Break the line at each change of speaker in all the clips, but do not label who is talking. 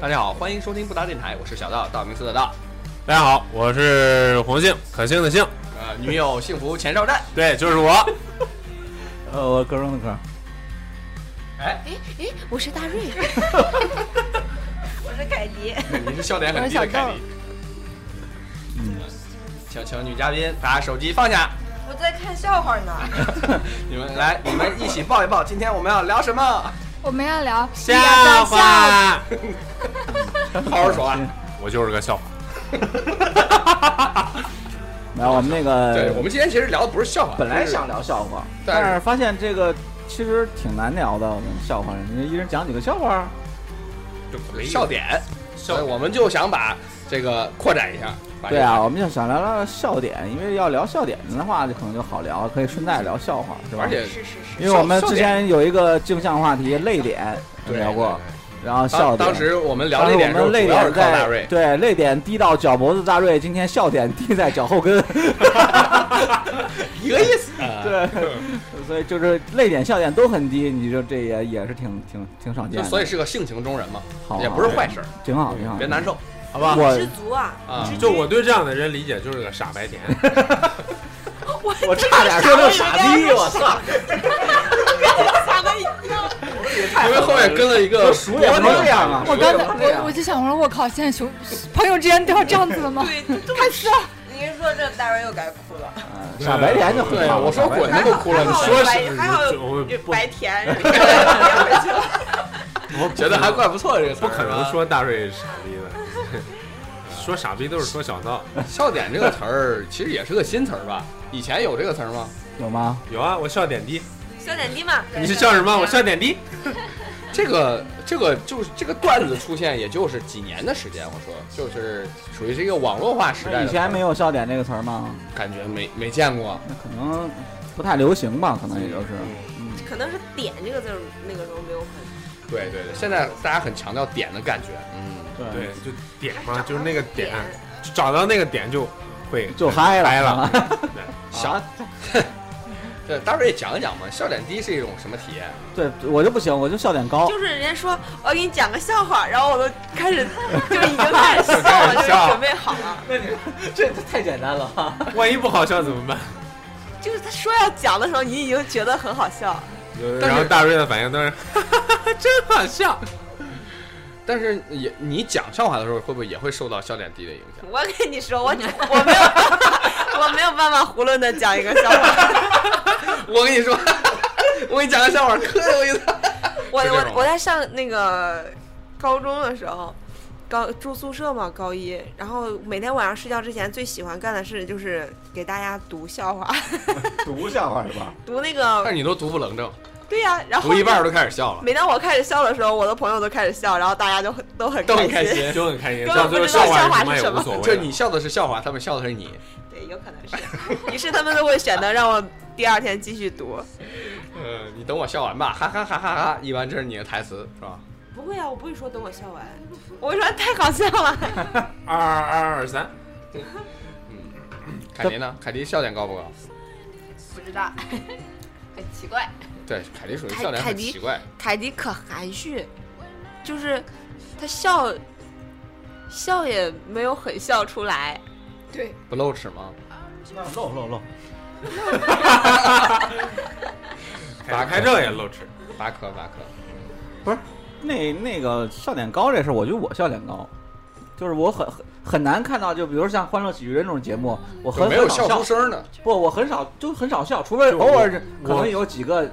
大家好，欢迎收听不搭电台，我是小道，道明寺的道，
大家好，我是红杏，可幸的幸，
呃，女友幸福前哨站。
对，就是我。
呃，我歌中的歌，
哎，
哎哎，我是大瑞，
我是凯迪，
哎你是笑点很低的凯莉。嗯请请女嘉宾把手机放下，
我在看笑话呢。
你们来，你们一起抱一抱。今天我们要聊什么？
我们要聊
笑
笑
话，
好好说 话。
我就是个笑话。
然后我们那
对，
个
我们今天其实聊的不是笑话，
本来
是
想聊笑话，
但是
但是发现这个其实挺难聊的。我们笑话，你一人讲几个笑话，
笑点，所以我们就想把这个扩展一下。把这
对
个
啊，我们就想聊聊笑点，因为要聊笑点的话，就可能就好聊，可以顺带聊笑话，是吧？
而且
是是是，
因为我们
笑
之前有一个镜像话题泪点
对
聊过，
对对
然
当
后笑点。
当时我们聊
当
这
时我
点的时候，
们泪
主要是
点
靠大
在
瑞。
对泪点滴到脚脖子，大瑞今天笑点滴在脚后跟，
一个意思。
对， 所以就是泪点笑点都很低，你就这也也是挺挺挺少
就
见的，
所以是个性情中人嘛，
好啊
也不是坏事儿，
挺好挺好，
别难受
好吧，
知
我
足啊，
啊。
就我对这样的人理解就是个傻白 甜。
我差点说成傻逼，我操！
吓我一跳。
因为后面跟了一个熟
也不能这样啊
我刚才我我就想，我说我靠，现在熊朋友之间都要这样子的吗？
对，太 笑。您说这大人又该哭了，
嗯傻白甜就很
对，
好。
我说滚他都哭了，你
还好
说
说
白
是
还好
就我
这
不
白甜，别回 去了。
我觉得还怪不错这个词儿，
不可能
是吧
说大瑞傻逼的， 说傻逼都是说小道。
笑点这个词儿，其实也是个新词儿吧？以前有这个词儿吗？
有吗？
有啊，我笑点低。
笑点低嘛？
你是笑什么？我笑点低。
这个这个就是这个段子出现，也就是几年的时间，我说就是属于是一个网络化时代的
以
词儿，
前没有笑点这个词儿吗？
感觉没没见过，
那可能不太流行吧，可能也就是。
可能是“点”这个字儿那个时候没有很，
对对对，现在大家很强调点的感觉，嗯，
对，，就点嘛，就是那个点
点，
就找到那个点就会
就嗨了啊
嗨了。
想对，大瑞讲一讲嘛，笑点低是一种什么体验？
对我就不行，我就笑点高。
就是人家说我要给你讲个笑话，然后我都开始就已经开始笑 了，就是准备好了。
这太简单了。
万一不好笑怎 么办？
就是他说要讲的时候，你已经觉得很好笑。
但是
然后大瑞的反应都是，真好笑。
但是也你讲笑话的时候，会不会也会受到笑点低的影响？
我跟你 说，我只我没有 我没有办法囫囵的讲一个笑话。
我跟你说， 我给你讲个笑话，可有意思。
我
是这种
我我在上那个高中的时候，高住宿舍嘛，高一，然后每天晚上睡觉之前最喜欢干的事就是给大家读 笑话，
读笑话是吧？
读那
但
个
是你都读不冷正，
对呀、然后
读一半儿都开始笑了，
每当我开始笑的时候，我的朋友都开始笑，然后大家就很都很
都很
开
开。心。
就很开心，
根本
到
不
最后
知道
话
笑话
什么
是
也
什
无
么
所谓
就
了。
你笑的是笑话，他们笑的是你。
对，有可能是，于是他们都会选择让我第二天继续读。
嗯，你等我笑完吧，哈哈哈哈哈！一般这是你的台词是吧？
不会啊，我不会说等我笑完，我会说太搞笑了。
二二二二三，
凯迪呢？凯迪笑点高不高？
不知道， 很奇怪。
对，凯迪属于
凯
笑点
凯
很
迪
奇怪。
凯迪可含蓄，就是他笑笑也没有很笑出来，
对，
不露齿吗？
露 露 露，
打开这也露齿。
拔壳拔壳。
不是那那个笑点高这事儿，我觉得我笑点高，就是我很很很难看到，就比如像《欢乐喜剧人》这种节目，我
就
很
没有
很少
笑出
笑，
声呢。
不，我很少就很少笑，除非
就
偶尔是
我
可能有几个。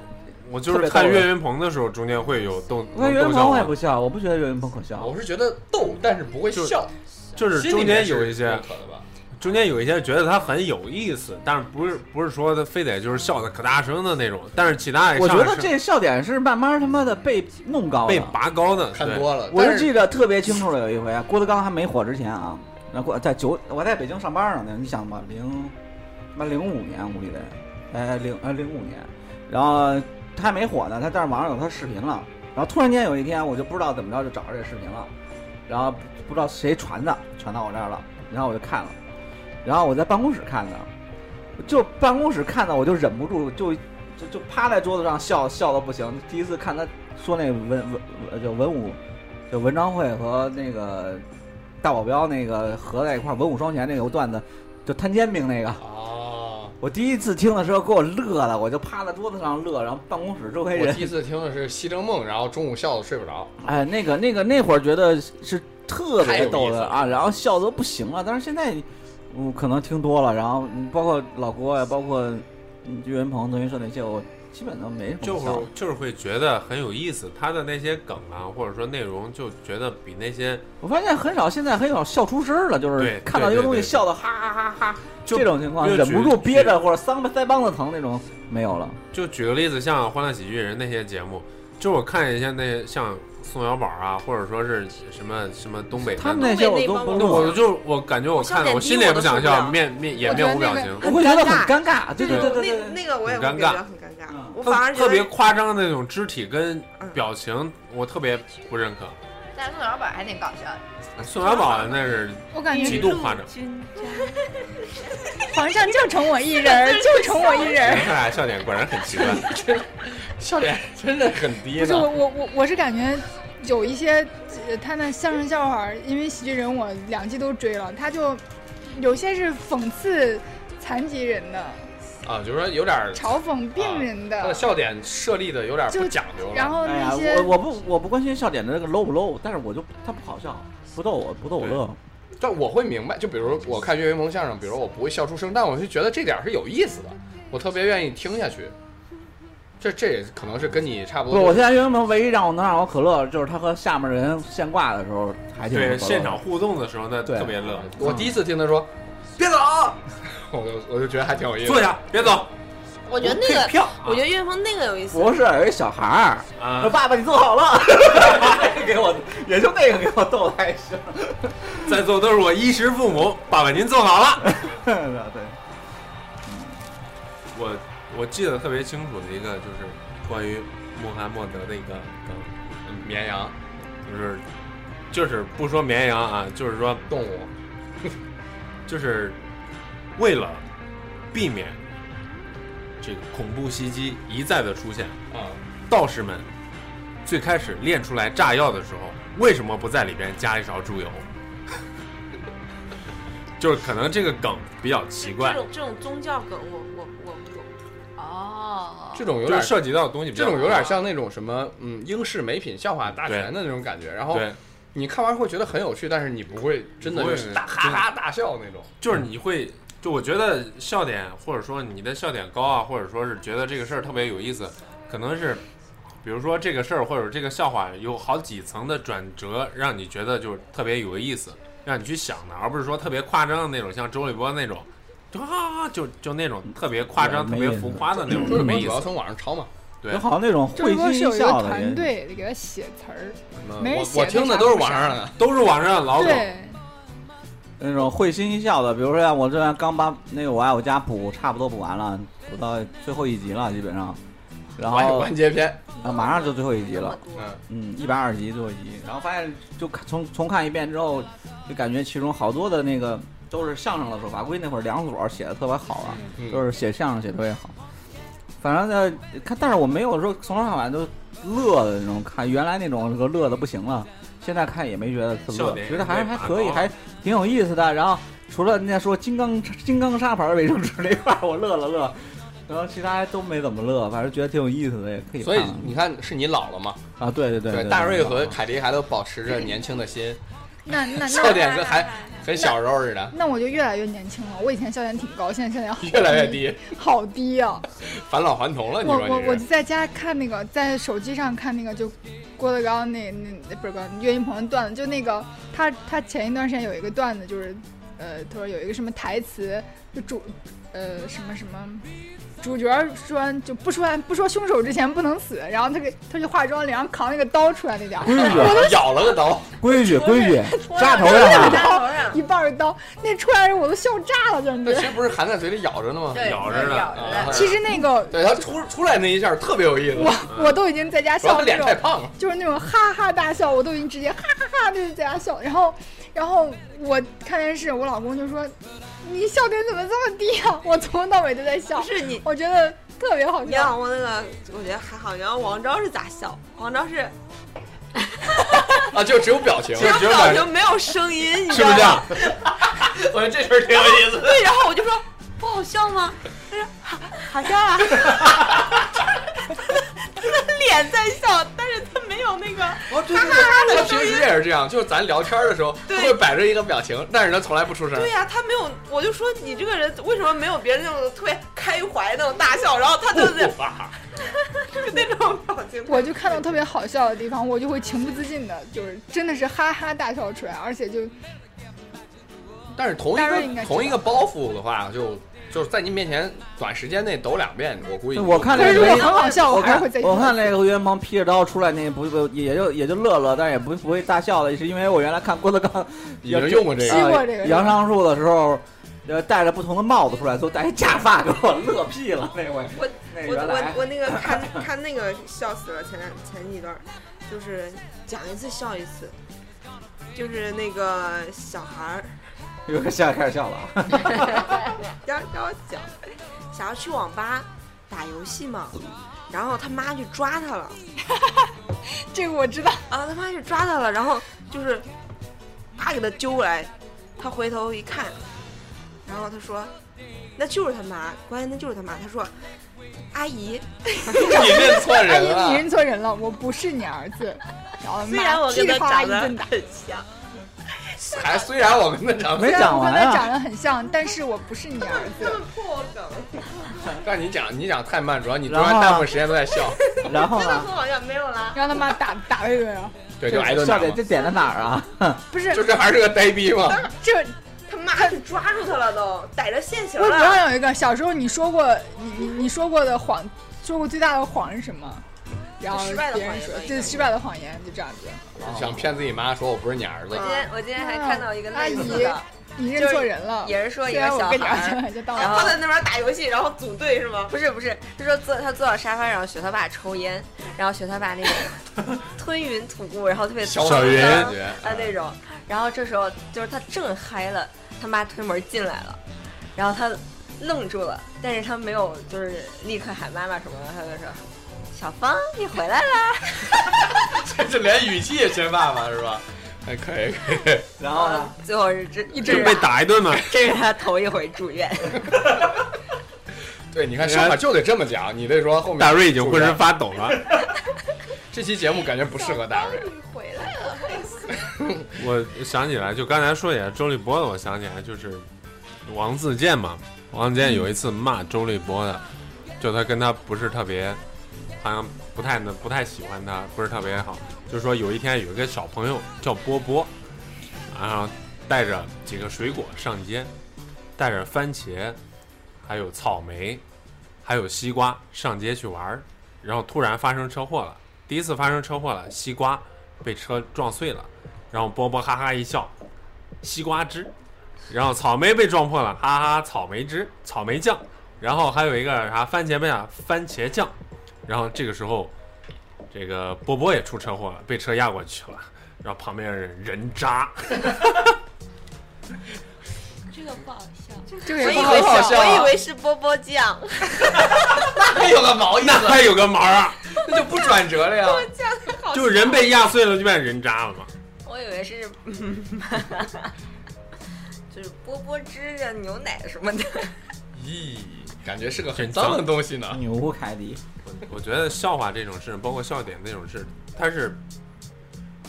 我就是看岳云鹏的时候，中间会有逗，
那岳云
能逗笑
鹏我也
我
不笑，我不觉得岳云鹏可笑。
我是觉得逗，但是不会
就
笑。
就是
心里
中
面
间有一
是认
些，
可的吧？
中间有一些觉得他很有意思，但是不是不是说他非得就是笑的可大声的那种，但是其他也
我
上
觉
来
得
是
这啊笑点是慢慢他妈的被弄高
被
的。
拔高的，
看
对
多了。
我
但
就记得特别清楚了，有一回啊，郭德纲还没火之前啊，那郭在九，我在北京上班呢，那你想吧，零，他妈零五年我估计得，哎零哎零五年，然后他还没火呢，他但是网上有他视频了，然后突然间有一天我就不知道怎么着就找着这视频了，然后不知道谁传的，传到我这儿了，然后我就看了，然后我在办公室看的，就办公室看的我就忍不住就就就趴在桌子上笑笑的不行，第一次看他说那文文文就文武就文章会和那个大保镖那个合在一块儿，文武双全那个段子，就摊煎饼那个。
哦，
我第一次听的时候给我乐的，我就趴在桌子上乐，然后办公室周围
我
人
第，一次听的是《西征梦》，然后中午笑的睡不着。
哎，那个那个那会儿觉得是特
太有
别
意
逗
思
的
了
啊，然后笑得都不行了。但是现在，我可能听多了，然后嗯包括老郭呀，包括嗯岳云鹏、德云社那些，我基本都没什么
就
笑
会就是会觉得很有意思，他的那些梗啊，或者说内容，就觉得比那些
我发现很少，现在很少笑出声儿了，就是
对
看到一个
对对
东西
对
笑的哈哈哈哈，
就
这种情况
越
忍
举
不住
举
憋着或者腮帮腮帮子疼那种没有了。
就举个例子，像《欢乐喜剧人》那些节目，就我看一下那像宋小宝啊，或者说是什么什么东北
他们
那
那些我都
东北那帮
不
就
网友
乐
我，就我感觉我看了，
我笑点低
我心里也不想
我都受不
笑，
了
面面也
我觉
面
得
无表
那个
情，
我会觉得很尴尬。对
对
对对 对
那
对，
那个我也会
很
觉
尴尬
得很尴尬
嗯，
我
特
反而觉
特别
得
夸张的那种肢体跟表情，我特别不认可。
但宋小宝还挺搞笑的，
宋小宝那是
我感
极
觉
度夸张，
皇上就宠我一人儿，就宠我一人儿。
看来笑点果然很奇怪。
笑点真的很低
不是我
呢。
我我我是感觉有一些呃他那相声笑话儿，因为喜剧人我两季都追了，他就有些是讽刺残疾人的，
啊，就是说有点儿
嘲讽
啊
病人
他的
的，
笑点设立的有点儿不
就
讲究了。
然后
哎
那
呀，
些
我我不我不关心笑点的这个 low 不 low，但是我就他不好笑，不逗我不逗我乐。
但我会明白，就比如我看岳云鹏相声，比如我不会笑出声，但我就觉得这点儿是有意思的，我特别愿意听下去。这这也可能是跟你差不
不，
多。
我现在岳云鹏唯一让我能让我可乐，就是他和下面人现挂的时候还挺
对，
可乐
现场互动的时候那
对
特别乐，
我第一次听他说
别走，
“我就我就觉得还挺有意思
坐
的。
下，别走。
我觉得那个，
票啊，
我觉得岳云鹏那个有意思。
不是有一小孩儿。说
啊，
爸爸，你坐 好了， 给我，也就那个给我逗的还行。
在座都是我衣食父母，爸爸您坐好了。
对，
我我记得特别清楚的一个就是关于穆罕默德的一个梗，
绵羊
就是就是不说绵羊啊，就是说
动物
就是为了避免这个恐怖袭击一再的出现，
啊，
道士们最开始炼出来炸药的时候，为什么不在里边加一勺猪油？ 就是可能这个梗比较奇怪
这，种这种宗教梗我，我我不懂。
哦，
这种有
就
点
是涉及到的东西比
这
较
种有点像那种什么嗯英式美品笑话大全的那种感觉。然后
对，
你看完会觉得很有趣，但是你不会真的
不
就
会
是大哈哈大笑那种。
就是
嗯
你会，就我觉得笑点或者说你的笑点高啊，或者说是觉得这个事儿特别有意思，可能是，比如说这个事儿或者这个笑话有好几层的转折，让你觉得就是特别有意思，让你去想的，而不是说特别夸张的那种，像周立波那种，就啊就就那种特别夸张、
嗯
特
没
别
意思
浮夸的那种，
说什么
没
主
意
要
思。
从网上抄嘛。
对
就好像那种
这
会
不
心
是
一
有一个
笑的
团
人。
队给他写词儿，
嗯
没人
我
写
我
那
听的
啥
都是
不
网
啥
上的。
都是网上的老梗，
对，
那种会心一笑的，比如说像我这样刚把那个《我爱我家》补差不多补完了，补到最后一集了，基本上，然
完
后
完结篇，
啊马上就最后一集了，
那么多
嗯，
嗯，一百二十集最后一集，然后发现就看从重看一遍之后，就感觉其中好多的那个都是相声的手法，估计那会儿梁左写的特别好啊，
嗯
就是写相声写特别好，反正呢看，但是我没有说从头到晚都乐的那种看，原来那种个乐的不行了，现在看也没觉得特
笑
乐，
点
觉得还
也没
还
拔
可以，
高
还挺有意思的。然后除了人家说金刚金刚砂牌卫生纸那块儿，我乐了乐，然后其他都没怎么乐，反正觉得挺有意思的，也可以看
所以
看。
你看是你老了嘛？
啊，对啊对对对，
大瑞
对
和凯迪还都保持着年轻的心，
那那
笑
那
点跟还跟小时候似 的，
那我就越来越年轻了。我以前笑点挺高，现在笑点好
越来越低，
好低啊！
返老还童了。你
我
说
我
你
我就是在家看那个，在手机上看那个，就郭德纲那那那不是郭德纲岳云鹏的段子，就那个他他前一段时间有一个段子，就是呃，他说有一个什么台词，就主呃什么什么。主角说就不说不说凶手之前不能死，然后他给他就化妆脸上扛那个刀出来那
嗯
点儿，
规矩
啊咬了个刀，
规矩规矩，扎 头
扎
上了。
头上，
一半儿刀，那出来我都笑炸了，简
那其
直。
实不是含在嘴里咬着呢吗？
对
咬着呢
咬着
啊
嗯
呢，
其实那个
对他出出来那一下特别有意思，
我我都已经在家
主要
笑
他
那
脸
种
太，胖了。
就是那种哈哈大笑，我都已经直接哈哈哈就是在家笑。然后，然后我看电视，我老公就说：“你笑点怎么这么低啊？” 我从头到尾都在
不
笑，
是你。
我觉得特别好
你
笑。
老公那个，我觉得还好。你要王昭是咋笑？王昭是，
啊，就只有表情，
只有表情没有声音，你
是
知道
不是这
吗？
样？ 我觉得这事儿挺有意思的。
对，然后我就说不好笑吗？他说好好笑啊， 他的脸在笑，但是他没有那个
哦，对对对，
他平时也是这样，就是咱聊天的时候
对
会摆着一个表情，但是他从来不出声。
对呀、他没有，我就说你这个人为什么没有别人那种特别开怀那种大笑，然后他就是那种表情。
我就看到特别好笑的地方，我就会情不自禁的，就是真的是哈哈大笑出来，而且就
但是同
大瑞应
一
该
个
知道
同一个包袱的话，就就是在你面前短时间内抖两遍，我估计
我看
可
那
是
个
如果
岳云
很好笑，
我
还是
看
会再
我看那个岳云鹏披着刀出来，那不不也就也就乐乐，但是也不不会大笑的，是因为我原来看郭德纲
已经用过这
是
个。
经过这个
呃杨上树的时候，呃，戴着不同的帽子出来，都戴一假发，给我乐屁了那回。
我
那
我
原来
我我那个看看那个笑死了，前两前几段儿，就是讲一次笑一次，就是那个小孩儿，
有个笑开始笑了啊，
然后然后讲想要去网吧打游戏嘛，然后他妈就抓他了。
这个我知道，
啊，他妈就抓他了，然后就是啪给他揪过来，他回头一看，然后他说那就是他妈，关键那就是他妈。他说阿姨，
你认错
阿
人
姨你
了，
认错人了，我不是你儿子。然后
虽然我跟
妈噼
他
里啪啦
长
一
得
顿打，
很像，
还虽然我跟他长得
没，讲完
虽然我跟他
啊。
长得很像，但是我不是你儿
这
子。
么破梗，
但你讲你讲太慢，主要你中
然后
间
啊
大部分时间都在笑，
然后
真的
呢？
很好笑，没有啦。
让他妈打打了一顿啊！
对，就挨
这
顿
笑
打
点
嘛。
这点在哪 儿啊？
不是
就，这还是个呆逼嘛，
啊
这
他妈就抓住他了都，逮着现行
我我
了。
想有一个小时候你说过你你你说过的谎，说过最大的谎是什么？然后
失败的
别人
谎言
说
吧应该
这
是
失败的谎言就这样子。啊
想骗自己妈说我不是你儿子
我。今
嗯
天我今天哎还看到一个
阿
类似
姨
的，，
你认错人了。
也是说一
虽
个
然
小
我跟你
孩
儿
儿，
子就到
然
了啊
后
他在那边打游戏，然后组队是吗？
不是不是，他说坐他坐到沙发上学他爸抽烟，然后学他爸那种 吞云吐雾，然后特别
小
沧桑
云嗯
啊那种，然后这时候就是他正嗨了，他妈推门进来了，然后他愣住了，但是他没有就是立刻喊妈妈什么的，他就说小芳你回来啦，
这 这连语气也学爸爸是吧？还哎可以，可以
然后
啊
呢？
最后是这这
就是被
他
打一顿嘛。
这是他头一回住院，
对，你看上海就得这么讲，你得说后面。
大瑞已经浑身发抖了。
这期节目感觉不适合大瑞，
你回来了，
我想起来，就刚才说起来周立波的，我想起来就是王自健嘛。王自健有一次骂周立波的，就他跟他不是特别，好像不太能不太喜欢他，不是特别好。就说有一天有一个小朋友叫波波，然后带着几个水果上街，带着番茄，还有草莓，还有西瓜上街去玩儿，然后突然发生车祸了。第一次发生车祸了，西瓜被车撞碎了。然后波波哈哈一笑，西瓜汁，然后草莓被撞破了，哈哈，草莓汁、草莓酱，然后还有一个啥番茄被啊番茄酱，然后这个时候，这个波波也出车祸了，被车压过去了，然后旁边人人渣，
这个
我
也
以
不
为
好
好
是，
笑啊
我以为是波波酱，
那哎有个毛意
那
思，
还有个毛啊，
那就不转折了呀。
好
就是人被压碎了就变人渣了嘛。
我以为 是。就是波波汁啊、牛奶什么的，
咦，感觉是个很脏的东西呢。
牛凯迪，
我觉得笑话这种事，包括笑点这种事，它是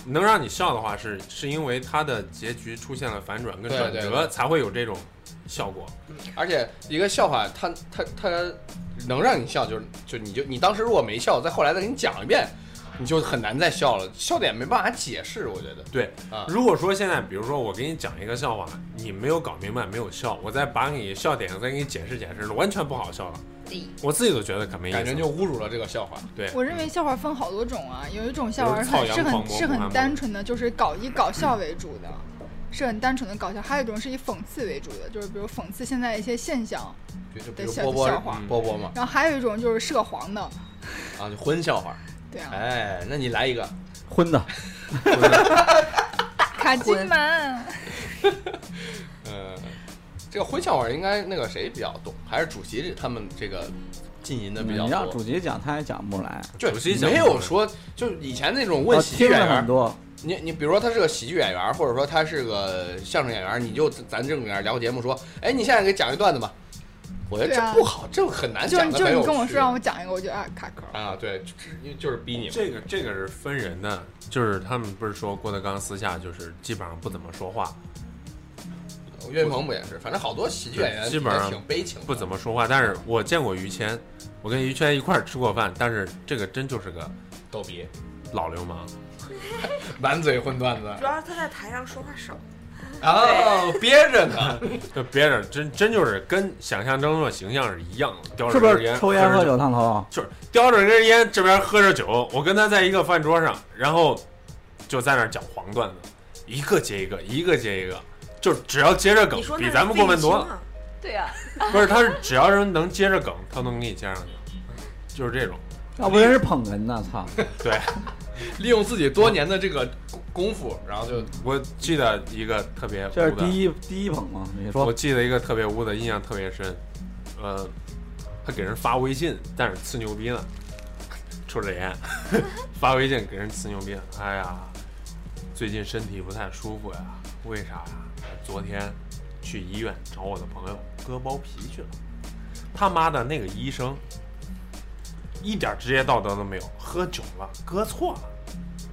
能让你笑的话是，是因为它的结局出现了反转跟
对
转
对
折，
对
才会有这种效果。
而且一个笑话，它它它能让你笑，就是就你就你当时如果没笑，再后来再给你讲一遍，你就很难再笑了，笑点没办法解释，我觉得。
对，
啊
如果说现在，比如说我给你讲一个笑话，你没有搞明白，没有笑，我再把你笑点再给你解释解释，完全不好笑了。我自己都觉得可没意思了，
感觉就侮辱了这个笑话，
我认为笑话分好多种啊，有一种笑话
比
是
如操
很
羊
是
黄
很
蘑
是
菇汉
很
堡
单纯的，就是搞以搞笑为主的，是很单纯的搞笑；还有一种是以讽刺为主的，就是比如讽刺现在一些现象。
比如比
对
如
笑
波波
笑话
波波嘛，
然后还有一种就是涉黄的，
啊，就荤笑话。
对啊，
哎，那你来一个，
荤的，
卡金门，
嗯，这个荤笑话应该那个谁比较懂，还是主席他们这个浸淫的比较
嗯你让
多
主。席讲，他也讲不出来。
就
主席讲
没
不出
有
来
说，就以前那种
我
问喜剧
听
演
了
员
很，多，
你你比如说他是个喜剧演员，或者说他是个相声演员，你就咱这种人聊个节目说，哎，你现在给讲一段子吧。我觉得
对啊
这不好，这很难
就
呃讲的
是就
很
是
有
你
趣。
跟我说让我讲一个，我就啊卡壳。
啊，对，就是就是逼你嘛。
这个这个是分人的，就是他们不是说郭德纲私下就是基本上不怎么说话，
岳云鹏不也是？反正好多喜剧演员
基本上
也挺悲情的，
不怎么说话。但是我见过于谦，我跟于谦一块儿吃过饭，但是这个真就是个
逗逼，
老流氓。
满嘴荤段 子
主要是他在台上说话少，
哦，憋着呢。
这别人真真就是跟想象中的形象是一样的，叼
是
着
不
根
是
烟，
抽烟
喝着
喝
酒，
酒烫头？
就是叼着根烟，这边喝着酒。我跟他在一个饭桌上，然后就在那儿讲黄段子，一个接一个，一个接一个，就只要接着梗
你说，那
比
是
咱们过分多
费
了。
劲啊
对 呀、
不是，他是只要是能接着梗，他都能给你接上去，就是这种。
要啊不然是捧哏呢？操！
对，
利用自己多年的这个功功夫，然后就
我记得一个特别污
这是
的，
第一第一捧嘛？你
我
说
记得一个特别污的，印象特别深。呃，他给人发微信，但是呲牛逼呢，抽着烟， 发微信给人呲牛逼。哎呀，最近身体不太舒服呀，为啥呀？昨天去医院找我的朋友割包皮去了，他妈的那个医生一点职业道德都没有，喝酒了，割错了，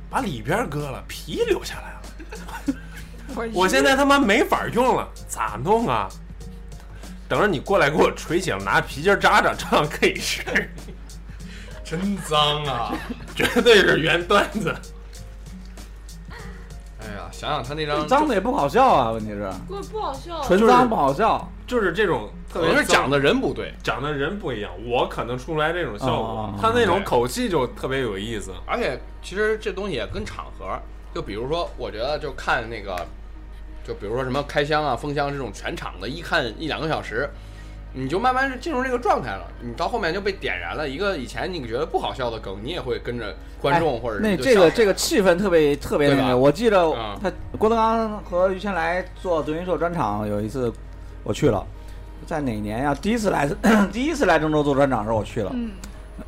把里边割了，皮留下来了。我现在他妈没法用了，咋弄啊？等着你过来给我捶醒，拿皮筋扎扎，这样可以试，
真脏啊！
绝对是原段子。
哎呀，想想他那张
脏的也不好笑啊，问题是
不不好笑
纯脏不好笑。
就是这种，特
可
别
能
是
是讲
讲
的人不对，
讲的人不一样，我可能出不来这种效果
哦，
他那种口气就特别有意思。
而且其实这东西也跟场合，就比如说，我觉得就看那个，就比如说什么开箱啊、封箱这种全场的，一看一两个小时，你就慢慢是进入这个状态了。你到后面就被点燃了，一个以前你觉得不好笑的梗，你也会跟着观众或者
哎那这个这个气氛特别特别
对
那
吧
个，我记得
嗯
他郭德纲和于谦来做德云社专场，有一次我去了，在哪年呀、第一次来 第一次来郑州做专场的时候我去了，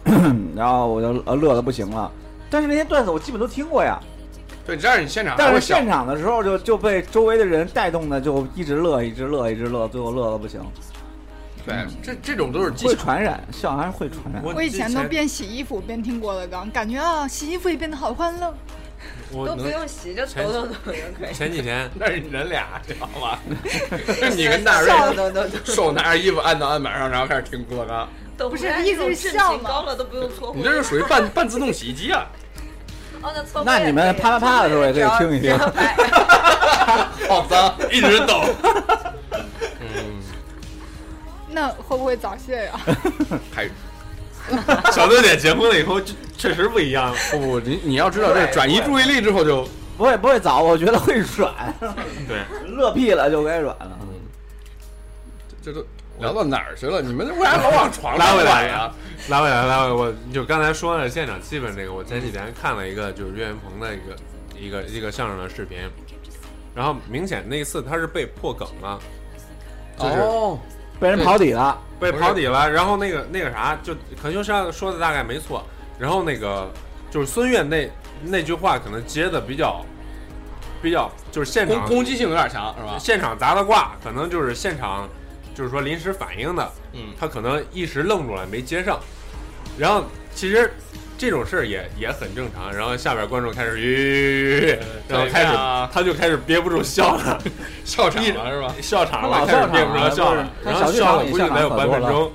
嗯，
然后我就呃乐的不行了。但是那些段子我基本都听过呀，
对，这样你现场还
但
会
是
笑
现。场的时候就就被周围的人带动的，就一直乐，一直乐，一直乐，最后乐的不行，
对，这这种都是技
会
巧。
传染，笑还是会传染。啊
我以前都边洗衣服边听郭德纲，感觉啊洗衣服也变得好欢乐。
我
都不
能
用洗，就抖抖抖就可以。
前几天
那是你人俩， 知道 吗？是你跟大
笑
瑞
抖抖抖，
手拿着衣服按到案板上，然后开始听郭德纲，
抖
不是
来
意思
那种
是
阵
笑
型
嘛
高了都不用搓灰。
你这是属于半半自动洗衣机啊！
哦，那搓灰
那你们
也可以
啪啦啪的时候也可以听一听
只要只要拍
好脏，
一直抖，
那会不会早泄呀？
还
小六姐结婚了以后，就确实不一样了。
不不，你你要知道，这转移注意力之后就
不会不会早，我觉得会软，
对，
乐屁了就该软了。
嗯这都聊到哪儿去了？你们为啥老往床上
拉回来
呀、啊？
拉回来，拉回来，我就刚才说了现场气氛这个，我前几天看了一个就是岳云鹏的一个一个一个相声的视频，然后明显那次他是被破梗了，就是
哦，
被人跑底了，
被
不是
跑底了，然后那个那个啥，就可能上说的大概没错，然后那个就是孙越那那句话可能接的比较比较就是现
攻
场
攻击性有点强是吧？
现场砸的挂，可能就是现场就是说临时反应的，
嗯，
他可能一时愣住了没接上，然后其实这种事儿也也很正常，然后下边观众开始吁，然后开始他就开始憋不住笑了，
笑场了是吧？
笑场了，
他老
开
笑
始
场
憋不住笑了，
他
然
小
后
剧
笑
场
了
里
估计得有
笑场
半
可
分
多了
钟，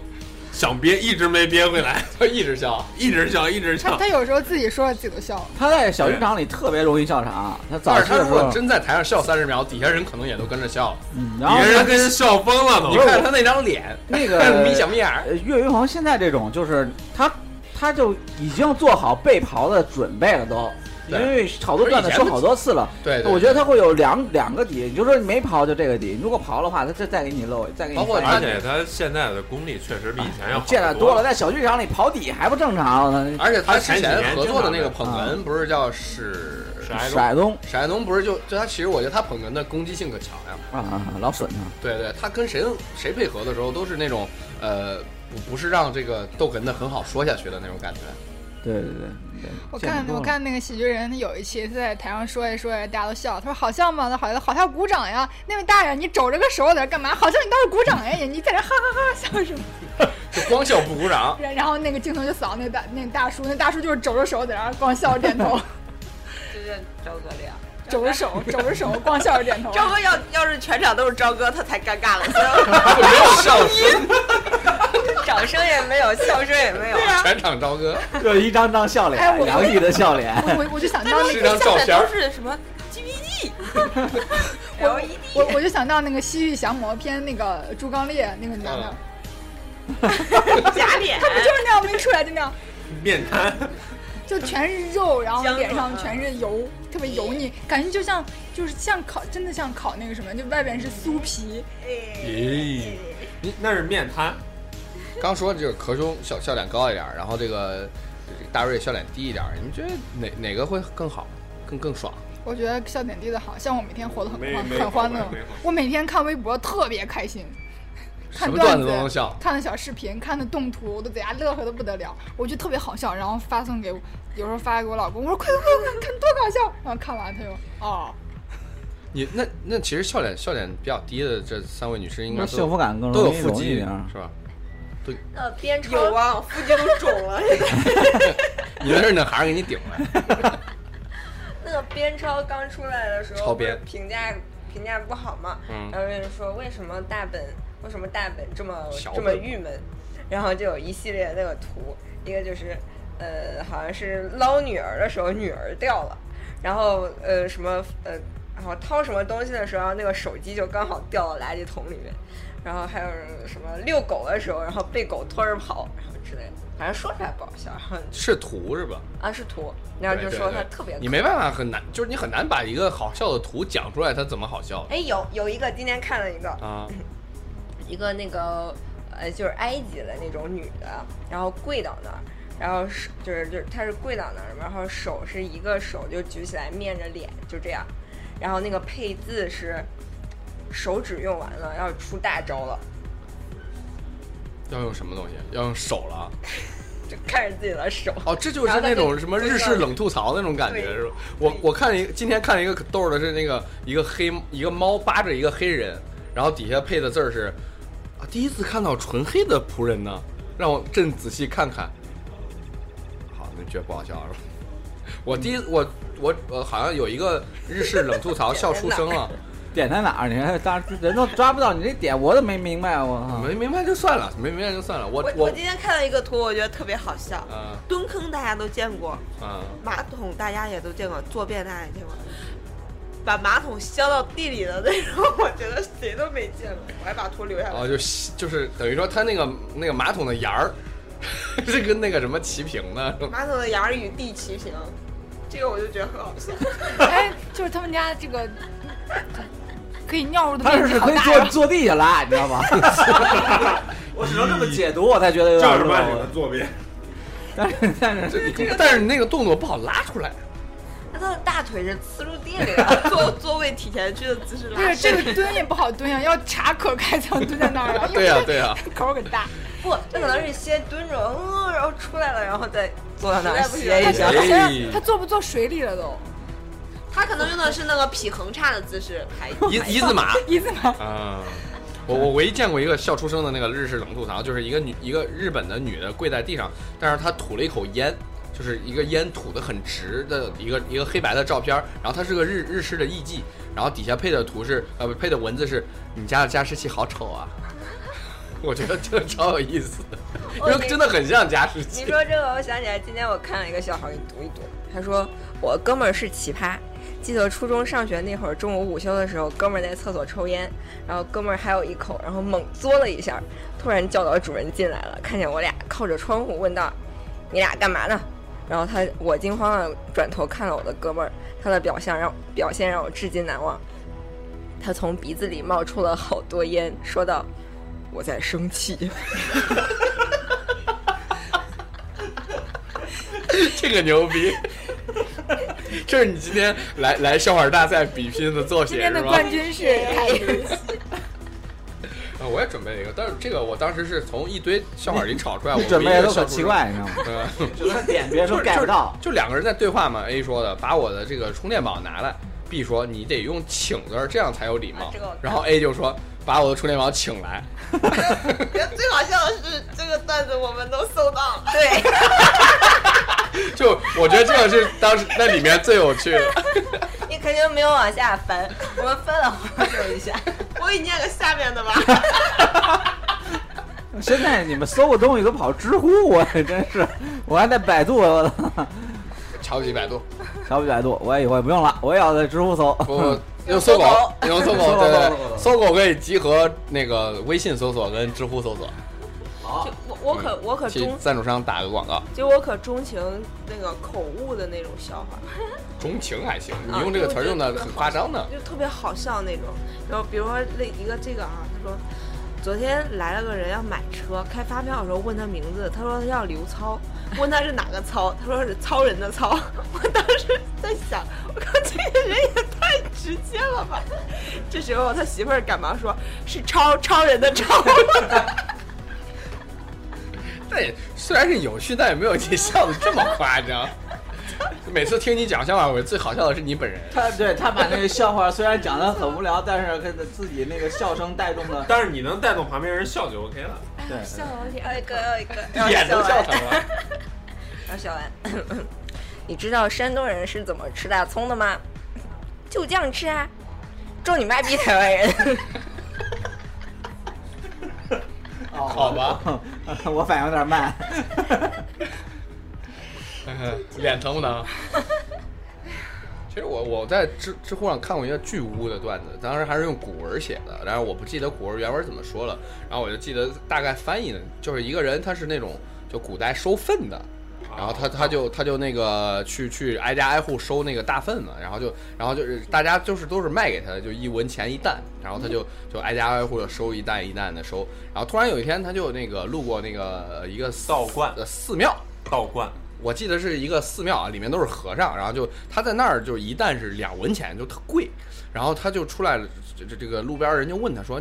想憋一直没憋回来，
他一直笑，
一直笑一直
他
笑，
他有时候自己说着自己都笑了。
他在小剧场里特别容易笑场，他早
但是
期
他
的
如
时
果
候，
真在台上笑三十秒，底下人可能也都跟着笑了。
嗯然后
别人
他
跟人笑疯了
你
都。
看他那张脸，
那
眯小
个
眯眼儿，
呃岳云鹏现在这种就是他他就已经做好被刨的准备了都。因
对
为好多段子说好多次了，
对对对
我觉得他会有两两个底，你就说你没刨就这个底，如果刨的话，他再再给你漏，再给你
包括
翻
而且他现在的功力确实比以前要好
哎见的
得
多
多
了，。在小剧场里刨底还不正常，
而且他
他
之
前几
前
年
合
经
作的
常
那个
的
捧
啊
哏不是叫史
是哎
甩东
史爱农，不是就就他其实我觉得他捧哏的攻击性可强呀。
啊啊啊老损他。
对对，他跟谁谁配合的时候都是那种呃，不不是让这个逗哏的很好说下去的那种感觉。
对对对对，
我
见得
看
多
我
了
看那个喜剧人，有一期他在台上说一说呀，大家都笑。他说好笑吗？他说好笑，好笑鼓掌呀。那位大爷，你肘着个手在这干嘛？好像你倒是鼓掌呀，你在这哈哈哈笑什么？，
就光笑不鼓掌
然然后那个镜头就扫那大那大叔，那大叔就是肘着手在那儿光笑着点头，
就是赵哥 这样。
肘着手肘着手光笑着点头。啊
赵哥要要是全场都是朝哥，他才尴尬了。所以我
就没有上 身，
说掌声也没有，笑声也没有。 啊
全场朝歌，
这一张张笑
哎
脸，
我
洋溢的笑脸。
我我我就想到那
是
个
一张照片
都
儿，
是什么 GPD、LED，
我我就想到那个《西域降魔篇》那个朱刚烈那个男的
嗯，
假脸，
他不就是那样没出来就那样，
面瘫，
就全是肉，然后
僵
脸上
硬
全是油，特别油腻，感觉就像就是像烤，真的像烤那个什么，就外边是酥皮，
哎
哎
咦，你那是面瘫，
刚说这个壳兄笑笑点高一点儿，然后这个这个大瑞笑点低一点儿，你们觉得哪哪个会更好，更更爽？
我觉得笑点低的好，像我每天活得很
没
欢
没
很欢乐
没没，
我每天看微博特别开心，
什
看
么
段
段子都能笑，
看的小视频，看的动图，我都在家乐呵的不得了，我觉得特别好笑，然后发送给我，有时候发给我老公，我说快快快，看多搞笑，然后看完他就哦，
你那那其实笑点笑点比较低的这三位女士应该都
幸福感更
都有
容易
腹
容易一
肌
点儿
是吧？
呃，边超
有啊，我腹肌都肿了。
你在这儿呢，还是给你顶 来，
那个边超刚出来的时候，
超边
不是评价评价不好嘛，
嗯
然后人家说为什么大本为什么大本这么
小
这
本
么郁闷，然后就有一系列那个图，一个就是呃好像是捞女儿的时候女儿掉了，然后呃什么呃然后掏什么东西的时候那个手机就刚好掉到垃圾桶里面，然后还有什么遛狗的时候然后被狗拖着跑，然后之类的，反正说出来不好笑，然后
是图是吧？
啊是图，然后就
对对
说
对
他特别
你没办法，很难，就是你很难把一个好笑的图讲出来，它怎么好笑
哎，有有一个今天看了一个
啊？
一个那个呃，就是埃及的那种女的，然后跪到那儿，然后是就是就是她是跪到那儿，然后手是一个手就举起来面着脸就这样，然后那个配字是手指用完了要出大招了，
要用什么东西？要用手了啊？
就看着自己的手，
哦，这就是那种什么日式冷吐槽那种感觉
对
是吧？我我看了一个今天看了一个可逗的是那个一个黑一个猫扒着一个黑人，然后底下配的字儿是啊，第一次看到纯黑的仆人呢，让我朕仔细看看。好，那觉得不好笑是吧？我第一我我我好像有一个日式冷吐槽笑出 声了，
点在哪儿？你看，当时人都抓不到你这点，我都没明白。我靠！
没明白就算了，没明白就算了。我
我
我
我今天看到一个图，我觉得特别好笑。
啊
蹲坑大家都见过，
啊
马桶大家也都见过，坐便大家也见过，把马桶削到地里的那 种，我觉得谁都没见过。我还把图留下来
哦，。就就是等于说他那个那个马桶的沿儿 是跟那个什么齐平的，
马桶的牙与地齐平，这个我就觉得很好笑。
哎，就是他们家这个可以尿入的
他
面
是
积好
可以
大
坐
呀。
坐地下拉，你知道吗？ 我只能这么解读，我才觉得有点
叫什
儿
么
乱
你的坐便？
但是但是，
但是你那个动作不好拉出来，
那他的大腿是呲入地里 了，
坐座位体前屈的姿势拉
对，
伸
这，个蹲也不好蹲呀，要岔口开才能蹲在那儿
哎
啊，因
对
为
呀、对呀、
口可大。
不，那可能是先蹲着，嗯，然后出来了，然后再坐到那儿
实在不行
歇
他
一下
他。
哎
谁他坐不坐水里了都？
他可能用的是那个劈横叉的姿势排。
一一字马
一字马
啊。 我我唯一见过一个笑出声的那个日式冷吐槽，就是一个女一个日本的女的跪在地上，但是她吐了一口烟，就是一个烟吐的很直的一个一个黑白的照片儿，然后它是个日日式的艺妓，然后底下配的图是呃不配的文字是你家的加湿器好丑啊， 我觉得这个超有意思的，因
哦
为真的很像加湿器
你。说这个，我想起来，今天我看了一个笑话，给你读一读。他说：“我哥们儿是奇葩，记得初中上学那会儿，中午午休的时候，哥们儿在厕所抽烟，然后哥们儿还有一口，然后猛嘬了一下，突然教导主任进来了，看见我俩靠着窗户，问道：‘你俩干嘛呢？’然后他我惊慌的转头看了我的哥们儿，他的表象让表现让我至今难忘。他从鼻子里冒出了好多烟，说道：‘我在生气。’”
这个牛逼！ 这是你今天来来笑话大赛比拼的作
今
品
天
是
的
吧？
冠军是凯子。
啊我也准备了一个，但是这个我当时是从一堆笑话里炒出来，
你
我
准备的
唯一
都
的笑
可
出
奇。 怪，你知道吗？
嗯，
只能点别人
就
都
是
get 不到。
就两个人在对话嘛。A 说的，把我的这个充电宝拿来。B 说，你得用请字儿，这样才有礼
啊
貌
这个我。
然后 A 就说，把我的充电宝请来。
最好笑的是这个段子我们都搜到了，
对，
就我觉得这个是当时那里面最有趣的。
你肯定没有往下翻，我们翻了好久一下。
我给你念个下面的吧。
现在你们搜个东西都跑知乎，我 真是，我还在百度，我操，
超级百度，
瞧不起百度，我以后也不用了，我也要在知乎搜。
不用搜狗，用搜狗，
嗯搜
对
狗搜狗
对，搜狗可以集合那个微信搜索跟知乎搜索。
好
就，我我可我可
替
钟，
赞助商打个广告，
就我可钟情那个口误的那种笑话，
钟情还行，你
啊
用这个词儿用的很夸张呢。
就特别好笑那种。然后比如说那一个这个啊，他说昨天来了个人要买车，开发票的时候问他名字，他说他叫刘操，问他是哪个操，他说是操人的操。 我当时在想，我靠，这个人也太直接了吧！这时候他媳妇儿赶忙说，是超超人的超。
但也虽然是有趣，但也没有你笑的这么夸 张。每次听你讲笑话，我最好笑的是你本人。
他对他把那个笑话虽然讲的很无聊，但是他的自己那个笑声带动了。
但是你能带动旁边人笑就 OK 了。
对，
要一个，要一个，
脸都 笑
完，
疼了。
要笑完。 你知道山东人是怎么吃大葱的吗？就这样吃啊！咒你妈逼台湾人！
哦
好吧，
我反应有点慢。
脸疼不疼？其实我我在知知乎上看过一个巨污的段子，当时还是用古文写的，但是我不记得古文原文怎么说了，然后我就记得大概翻译的，就是一个人他是那种就古代收粪的，然后他他就他就那个去去挨家挨户收那个大粪嘛，然后就然后就是大家就是都是卖给他的，就一文钱一担，然后他
嗯
就就挨家挨户的收一担一担的收，然后突然有一天他就那个路过那个呃一个寺
道观，
呃寺庙，
道观，
我记得是一个寺庙啊，里面都是和尚，然后就他在那儿就一旦是两文钱就特贵，然后他就出来了，这这这个路边人就问他说，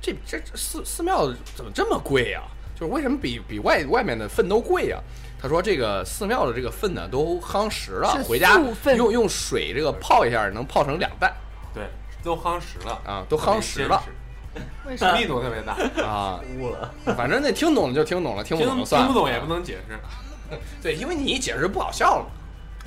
这这这寺寺庙怎么这么贵呀、就是为什么比比外外面的粪都贵呀、他说这个寺庙的这个粪呢都夯实了
是，
回家
素粪
用用水这个泡一下能泡成两袋
对，都夯实了，
啊，都夯实 了
为什么？
力度特别 大，
啊，
污了。
反正那听懂了就听懂了，听不
听
懂就算
听
了。
不懂也不能解释。
对，因为你解释不好笑了嘛。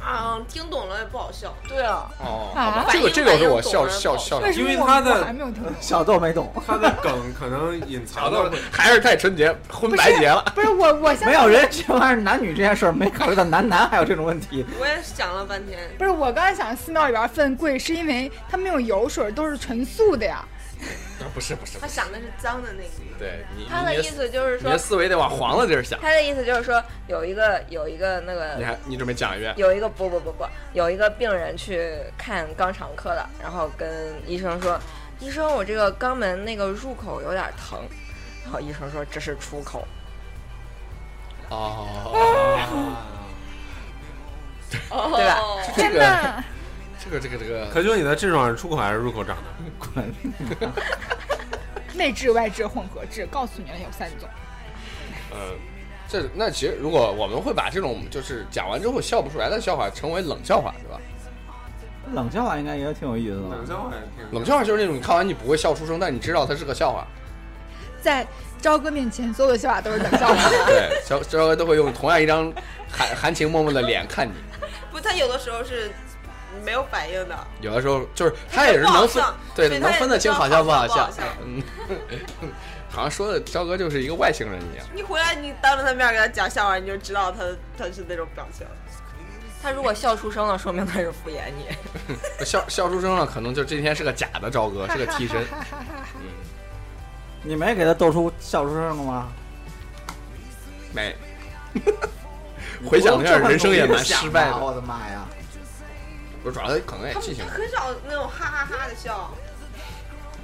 啊，听懂了也不好笑。
对啊，
哦，好
啊
吧，这个这个是我笑笑笑
为什
因为
么我
他的
我还没有听懂？
小豆没懂，
他的梗可能隐藏
到
的
了，还是太纯洁，婚白结了。
不是我，我现在
没有人这玩意儿男女这件事儿没考虑到男男还有这种问题。
我也想了半天，
不是我刚才想寺庙里边粪贵，是因为它没有油水，都是纯素的呀。
不是不是，
他想的是脏的那个。
对你
他的
你
意思就是
你
说
的，思维得往黄了地儿想。
他的意思就是说，有一个有一个那个
你还你准备讲一遍？
有一个不不不不，有一个病人去看肛肠科的，然后跟医生说：“医生，我这个肛门那个入口有点疼。”然后医生说：“这是出口。
哦，
啊
对吧
哦
这
真
个
的，
这个这个这个，
可就你的痔疮是出口还是入口长的？
滚！
内痔、外痔、混合痔，告诉你了，有三种。
呃，这那其实如果我们会把这种就是讲完之后笑不出来的笑话成为冷笑话，对吧？
冷笑话应该也挺有意
嗯
思的。
笑话也
冷笑话就是那种你看完你不会笑出声，但你知道它是个笑话。
在朝哥面前，所有的笑话都是冷笑话。
对，小小哥都会用同样一张含含情脉脉的脸看你。
不，他有的时候是没有反应的，
有的时候就是他也是能分
他就不好笑，
对，
对
能分得清好笑不好
他
笑
也知道好笑。
嗯， 好像说的肖哥就是一个外星人一样。
你回来你当着他面给他讲笑话，你就知道他他是那种表情。”
他如果笑出声了，说明他是敷衍你。
笑笑出声了，可能就这天是个假的赵哥，是个替 身。嗯，
你没给他逗出笑出声了吗？
没。 回想了一下，人生也蛮失败的。
我的妈呀！
我主要他可能也
他
记性
他很少那种哈哈哈的笑，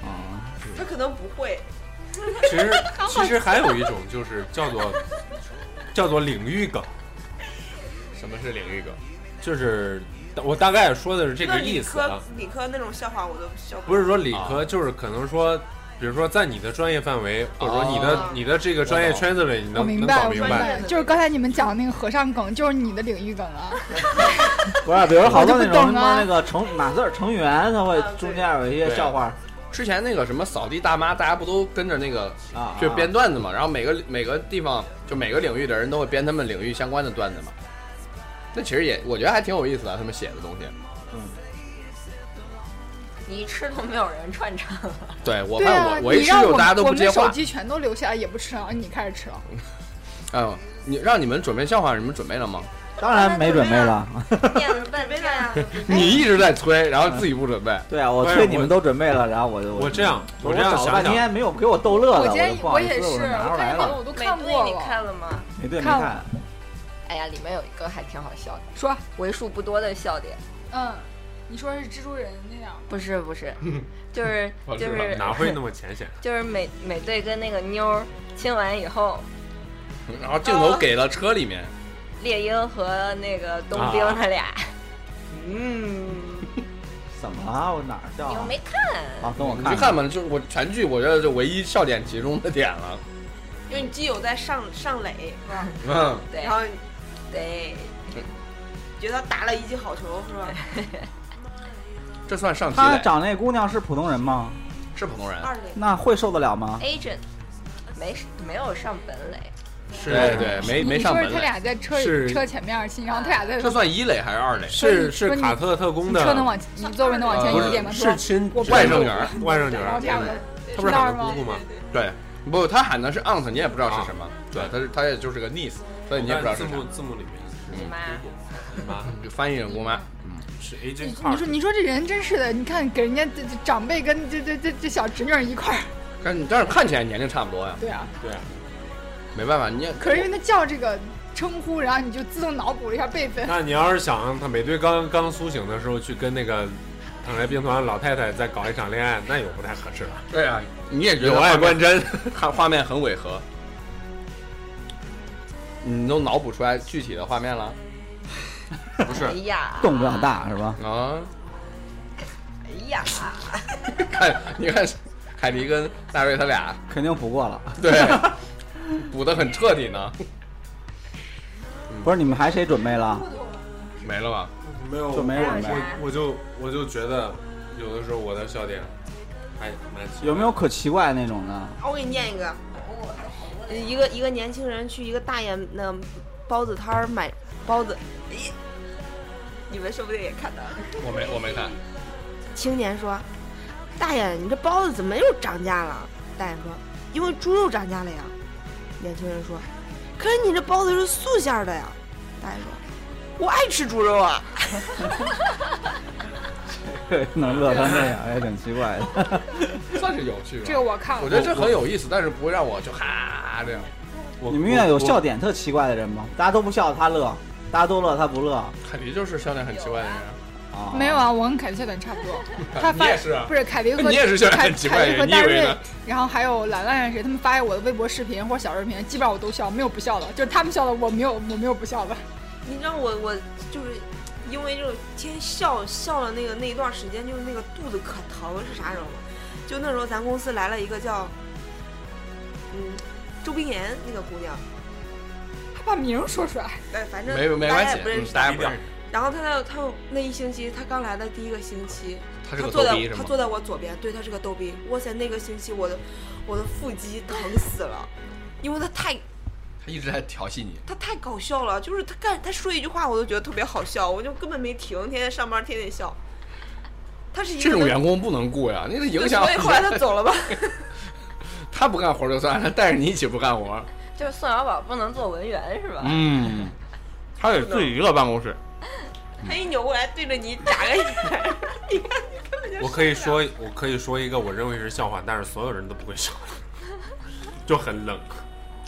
哦
啊，
他可能不会。
其 实其实还有一种就是叫做叫做领域梗，
什么是领域梗？
就是我大概说的是这个
那理
意思
科
啊，
理科那种笑话我都笑
不
是
啊
是说理科，就是可能说比如说在你的专业范围，或者说你的、
哦
你的这个专业圈子里，你
我
能
明
能
白，
搞
我
明
明
白。
白，就是刚才你们讲的那个和尚梗，就是你的领域梗啊了。
不是，比如好多那
我就不
种什
懂
么
啊
那个成马字儿成员，他会
啊对
中间有一些
对
笑话
之前那个什么扫地大妈，大家不都跟着那个
啊，
就编段子嘛？然后每个每个地方就每个领域的人都会编他们领域相关的段子嘛。那其实也我觉得还挺有意思的，他们写的东西。
你一吃都没有人 串场，
对我
对
看
啊，
我我一
你
吃
让
就
我
大家都
我
不
们
接
手
话，
机全都留下来，也不吃了，你开始吃了。
嗯，你让你们准备笑话，你们准备了吗？
当然没准备了。
念了半天啊呀，
哎
你一直在催，然后自己不准备。
对啊，我
不是
催你
我
们都准备了，然后我就
我这样
我
我这样
找了
想
半
想
天没有给我逗乐的，
我今天
就不好意
也
思，我
是，
就拿
我
出来
看
了。
我都
美
看
队
过
你
了。
看了吗？
没对没
看
看，
哎呀，里面有一个还挺好笑的，
说，
为数不多的笑点。
嗯，你说是蜘蛛人那样吗？
不是 不是，就是
我
就
知道
是
哪会那么浅显？
就是美美队跟那个妞儿亲完以后，
嗯
然后镜
哦
头给了车里面，
猎鹰和那个冬兵
啊
他俩，嗯，
怎么了？我哪儿笑
你又
了？
没看，
啊，跟我
你
看
去看吧，就是我全剧我觉得就唯一笑点集中的点了。
因为你基友在上上垒，是吧？
嗯，
对
然后你
对，
觉得他打了一记好球，是吧？
哎
这算上积
他
累，
找那姑娘是普通人吗？
是普通人。
二垒
那会受得了吗？
agent 没没有上本垒，
是
对对，没哎没
你
上
说
本
是他
垒，
俩在车
是
车前面亲，然后他俩在
这算一垒还是二垒？
是
说
是
你
卡特特工
你
的
车能往你座位能往前
呃
一点吗？
是
说
亲
我不
外甥女儿，
外甥女
然
儿
后这，样的，
他不是
知道
喊她
吗
姑姑吗？
对，不，他喊的是 aunt，你也不知道是什么。对，他是他也就是个 niece，所以你也不知道
字
是什
幕
么。
字幕里面
你
嗯
妈，
是妈
就翻译人姑妈，
是 Agent
你说
Carter，
你说这人真是的，你看给人家这这长辈跟这这这这小侄女儿一块儿，
但是但是看起来年龄差不多呀，
对啊。
对啊，
没办法，你也
可是因为他叫这个称呼，然后你就自动脑补了一下辈分。
那你要是想让他美队刚刚苏醒的时候去跟那个躺在病床上老太太再搞一场恋爱，那也不太合适了。
对啊，你也觉得
有爱观
真， 看画面很违和，你都脑补出来具体的画 面了
不是
哎，呀，
动不了，大是吧？
啊？
哎呀，
看，你看海迪跟大瑞他俩
肯定补过了。
对 补的很彻底呢，
不是你们还谁准备了？
没了吧？
没有
就没人呗
我我就我就觉得有的时候我的笑点还蛮奇怪
有没有可奇怪那种的？
我给你念一个，一个一个年轻人去一个大爷那包子摊儿买包子，哎
你们说不定也看到了，
我没我没看，
青年说：“大爷，你这包子怎么又涨价了？”大爷说：“因为猪肉涨价了呀。”年轻人说：“可是你这包子是素馅儿的呀。”大爷说：“我爱吃猪肉啊。
能乐成那样也挺奇怪的。
算是有趣吧。
这个我看
我
了，
觉得这很有意思，但是不会让我就哈这样。
我
你们遇到有
我
笑点特奇怪的人吗？大家都不笑他乐，大家都乐他不乐啊？
海迪就是笑点很奇怪的人啊，
没有啊，我跟凯迪笑点差不多。他
你
发
也是啊
不是凯迪和
你也是笑点
凯
很奇怪的
凯迪和
人，你
大
以为
瑞
呢？，
然后还有兰兰谁，他们发给我的微博视频或者小视频，基本上我都笑，没有不笑的，就是他们笑的，我没有我没有不笑的。”
你知道我我就是因为这种天笑笑了那个那一段时间，就是那个肚子可疼是啥时候吗？就那时候咱公司来了一个叫嗯周冰妍那个姑娘，
他把名儿说出来，
哎，反正
没没
大
关
家
系
也不认，识。
嗯大家不认识，
然后她在她有那一星期，她刚来的第一个星期，
他是
他
个
坐
逗
在
逼是
他
吗？
坐在我左边，对他是个逗逼。哇塞，那个星期我的我的腹肌疼死了，因为他太
他一直在调戏你，
他太搞笑了，就是他干他说一句话我都觉得特别好笑，我就根本没停，天天上班天天笑。他是一 个
这种
能
员工不能雇呀，那是影
对
响
所以后来他走了吧？
他不干活就算了，带着你一起不干活，
就是宋小宝不能做文员是吧？
嗯，他得自己一个办公室。
他一扭过来对着你哎眨个眼，你看你根本就
我可以说，我可以说一个我认为是笑话，但是所有人都不会笑，就很冷，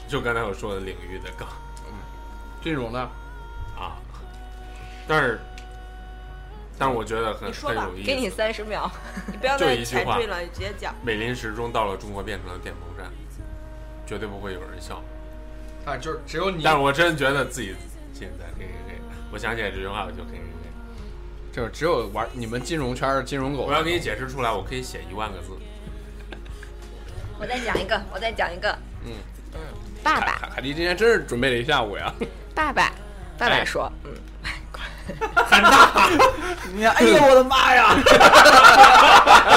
就刚才我说的领域的梗
这种呢，
啊，但是，但是我觉得很
你说
很
吧
有
给你
意思。
三十秒，
你不要
就
再
一句
前
话
缀了，你直接讲。
美林时钟到了中国变成了电风扇，绝对不会有人笑。
啊，就是只有你
但是我真觉得自己现在嘿嘿嘿，我想起来这句话我就嘿嘿嘿。
就是只有玩你们金融圈儿金融狗，
我要给你解释出来，我可以写一万个字。
我再讲一个，我再讲一个。
嗯，
爸
凯
爸，
凯凯蒂今天真是准备了一下午呀，
爸爸，爸
哎
爸说，嗯，
喊大，
你看，哎呦我的妈呀！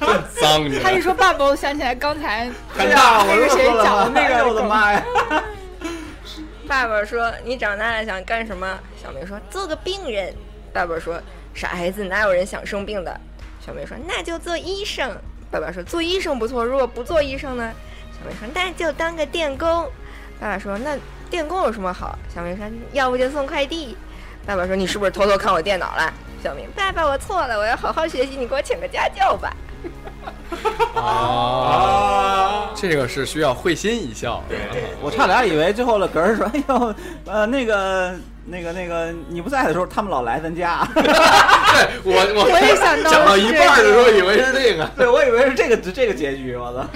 真脏你。
他一说爸爸，我想起来刚 才
喊大
那个谁讲的那
哎呦我
个
的
梗，
妈呀！
爸爸说你长大了想干什么？小梅说做个病人。爸爸说傻孩子，哪有人想生病的？小梅说那就做医生。爸爸说做医生不错，如果不做医生呢？小梅说那就当个电工。爸爸说那电工有什么好？小梅说要不就送快递。爸爸说你是不是偷偷看我电脑了？小明，爸爸我错了，我要好好学习，你给我请个家教 吧。
哦，啊这个是需要会心一笑。
我差点以为最后了，格儿说：“哎呦，呃，那个、那个、那个，你不在的时候，他们老来 咱家。
对 我我
我也想到
讲到
是
一
这
半儿的时候
个
以为是这个”，
对，我以为是这个这个结局，我操！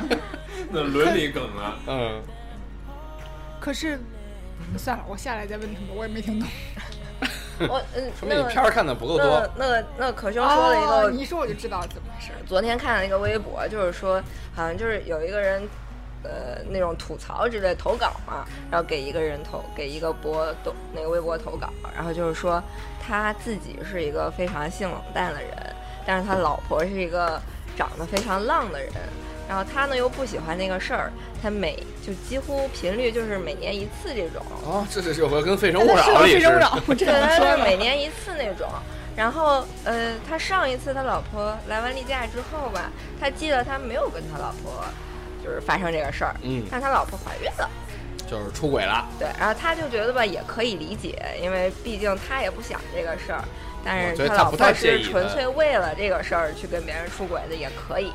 那伦理梗啊 了。
嗯，
可是算了，我下来再问他们，我也没听懂。
我嗯，
说
那
明你
个
片儿看的不够
那
多
个。那个那个可兄说了一个，
哦你一说我就知道怎么回事儿。
昨天看了一个微博，就是说好像就是有一个人，呃，那种吐槽之类投稿嘛，然后给一个人投给一个博抖那个微博投稿，然后就是说他自己是一个非常性冷淡的人，但是他老婆是一个长得非常浪的人。然后他呢又不喜欢那个事儿，他每就几乎频率就是每年一次这种，
哦，这是有和跟《非诚勿
那是
扰》
我
里
非
是
诚勿扰，我这
对，
样
他
说
就是每
了。
年一次那种。然后，呃，他上一次他老婆来完例假之后吧，他记得他没有跟他老婆就是发生这个事儿，
嗯，
但他老婆怀孕了，
就是出轨了。
对，然后他就觉得吧也可以理解，因为毕竟他也不想这个事儿，但
我觉
是
得他
老
不
婆
太介
是
意的
纯粹为了这个事儿去跟别人出轨的也可以。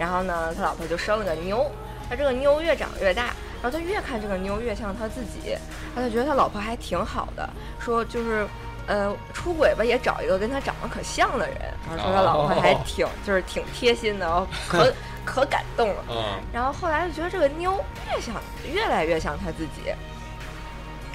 然后呢，他老婆就生了个妞，他这个妞越长越大，然后他越看这个妞越像他自己，他就觉得他老婆还挺好的，说就是。呃，出轨吧也找一个跟他长得可像的人，然后说他老婆还
哦
挺、就是挺贴心的，然后 可可感动了。
嗯，
然后后来就觉得这个妞越想越来越像他自己，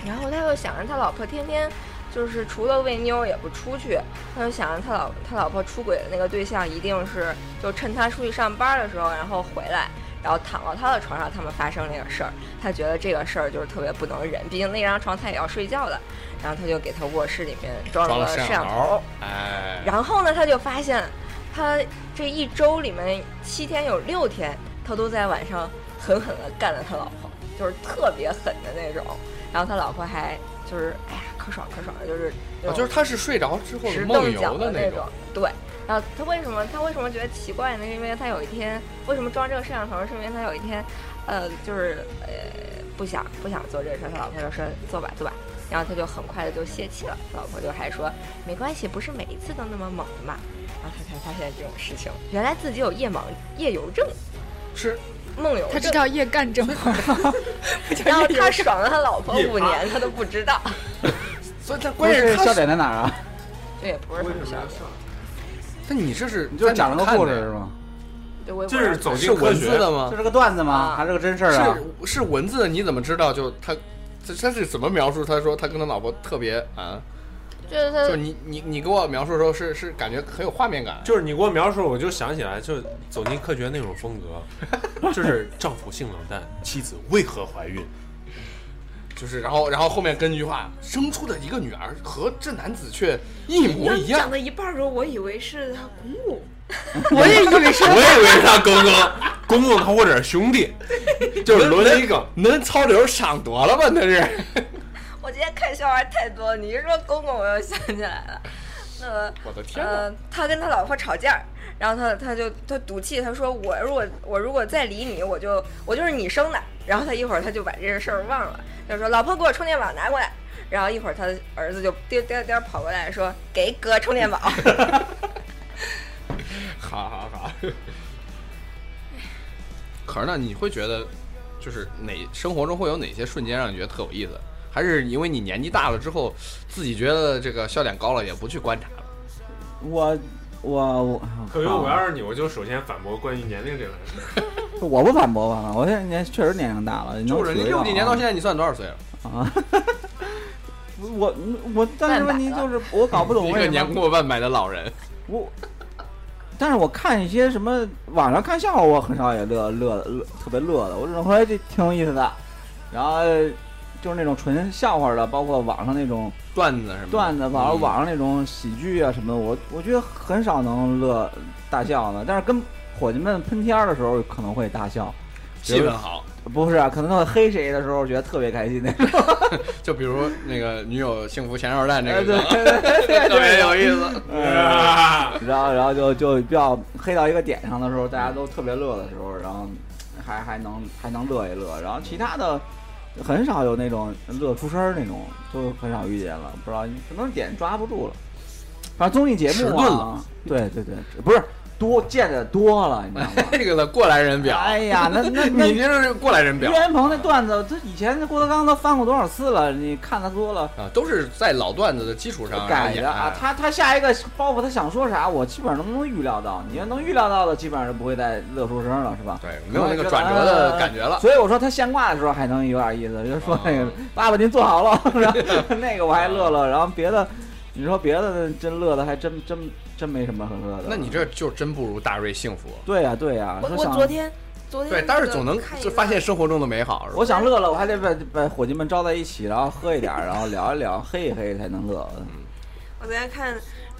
然后他又想着他老婆天天就是除了喂妞也不出去，他就想着他老他老婆出轨的那个对象一定是就趁他出去上班的时候，然后回来。然后躺到他的床上，他们发生这个事儿，他觉得这个事儿就是特别不能忍，毕竟那张床他也要睡觉的，然后他就给他卧室里面装
装
了
了
个
摄
摄
像
像
头
头，
哎，
然后呢，他就发现，他这一周里面七天有六天，他都在晚上狠狠的干了他老婆，就是特别狠的那种。然后他老婆还就是，哎呀，可爽可爽的，就是那
哦，
种
就是他是睡着之后
直
梦
蹬
游
脚的
那
种。对，然后他为什么他为什么觉得奇怪呢？是因为他有一天为什么装这个摄像头？是因为他有一天，呃，就是呃不想不想做这事儿，他老婆就说做吧做吧，然后他就很快的就泄气了。他老婆就还说没关系，不是每一次都那么猛的嘛。然后他才发现这种事情，原来自己有夜盲夜游症，
是
梦游
他这
症。
叫夜 干症，
然后
夜游
他爽了他老婆
夜
五
盲
年，他都不知道，
所以他
不
关键
是
是他
笑，点在哪儿啊？
这也不是什么事儿。
但你这是
你就是
在哪儿
讲了个
看
故
的
事是
呀？
吗？
就我也不
这
知
是
道
走
是
进科
文字
学
的
这
吗？
是个段子吗？
啊
还是个真事儿啊？
是是文字的，你怎么知道？就他这他是怎么描述？他说他跟他老婆特别啊，
就是他
就你你你给我描述的时候是是感觉很有画面感，
就是你给我描述，我就想起来，就走进科学那种风 格，就是丈夫性冷淡，妻子为何怀孕？
就是然后然后后面跟一句话，生出的一个女儿和这男子却一模一
你讲
样。
到一半儿的时候，我以为是他嗯姑姑，
我也以为是
我以为是他公公，公公他或者兄弟，就是伦理梗。
恁草榴上多了吧？那是，
我今天看笑话太多，你一说公公，我又想起来了。那个，
我的天哪！
呃，他跟他老婆吵架，然后他他就他赌气，他说我如果我如果再理你，我就我就是你生的。然后他一会儿他就把这个事儿忘了，他说老婆给我充电宝拿过来。然后一会儿他儿子就颠颠颠跑过来说给哥充电宝。
好好好。可是呢，你会觉得，就是哪生活中会有哪些瞬间让你觉得特有意思？还是因为你年纪大了之后，自己觉得这个笑点高了，也不去观察了？
我我我，
可是我要是你，我就首先反驳关于年龄这个事儿。
我不反驳吧，我现在年确实年龄大了，啊
就是
你
你六几年到现在，你算多少岁了？
啊。我我，但是问题就是我搞不懂
一
为
个
什
年
么
过半百的老人，
我，但是我看一些什么网上看笑话，我很少也乐乐乐特别乐的，我只能说哎这挺有意思的。然后就是那种纯笑话的，包括网上那种
段子什么
段子，网
嗯
上网上那种喜剧啊什么的，我我觉得很少能乐大笑的。但是跟伙计们喷天儿的时候可能会大笑，
气氛好，
不是啊，可能会黑谁的时候觉得特别开心那种。
就比如那个女友幸福前哨站这
哎对
个
对对对，
特别有意思。
啊
然后然后就就比较黑到一个点上的时候，大家都特别乐的时候，然后还还能还能乐一乐，然后其他的很少有那种乐出声儿那种，就很少遇见了，不知道可能点抓不住了。反正综艺节
迟
目
钝
啊
了，
对对对， 不是多见的多了，你知道吗？
这个的过来人表，
哎呀，那那那
你这是过来人表
岳云鹏那段子，他以前郭德纲都翻过多少次了？你看的多了。
啊，都是在老段子的基础上
改的
然
啊，
后演
他他下一个包袱他想说啥，我基本上都能预料到。你要能预料到的，基本上就不会再乐出声了，是吧？
对，没有那个转折的感觉了。
哎所以我说他现挂的时候还能有点意思，就是说那个、
啊
爸爸您坐好了， 然 后那个我还乐
哦
了，然后别的你说别的真乐的还真真真没什么可乐的。
那你这就真不如大瑞幸福。
对呀、对呀、
我
说
我
想
昨天昨天
对，但是总能
看一
就
个
发现生活中的美好，是吧？
我想乐了，我还得把把伙计们招在一起，然后喝一点，然后聊一聊， 嘿一嘿才能乐。
我昨天看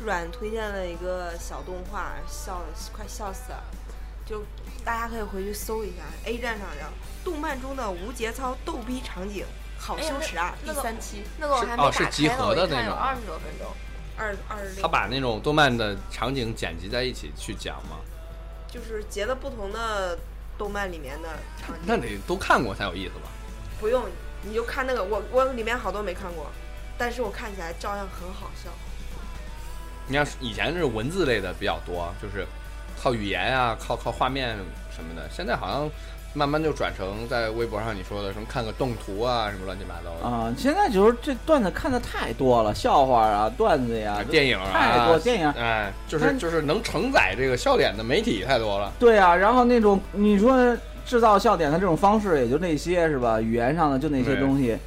阮推荐了一个小动画，笑快笑死了，就大家可以回去搜一下 A 站上叫《动漫中的无节操逗逼场景》，好羞耻啊！
哎呀那那
第
个
三期
那个我还没
哦
打
是
开
集
呢，
合
我
的
一看
那
有
种
二十多分钟，
二二十六
他，把那种动漫的场景剪辑在一起去讲嘛，
就是截了不同的动漫里面的场
那
景，
得都看过才有意思吧？
不用你就看那个，我我里面好多没看过，但是我看起来照样很好笑。
你看以前是文字类的比较多，就是靠语言啊，靠靠画面什么的。现在好像慢慢就转成在微博上你说的什么看个动图啊，什么乱七八糟的。
啊、现在就是这段子看的太多了，笑话啊，段子呀，
电影啊，
太多电影
哎，就
但
是就是能承载这个笑点的媒体太多了。
对啊，然后那种你说制造笑点的这种方式，也就那些是吧？语言上的就那
对
些东西，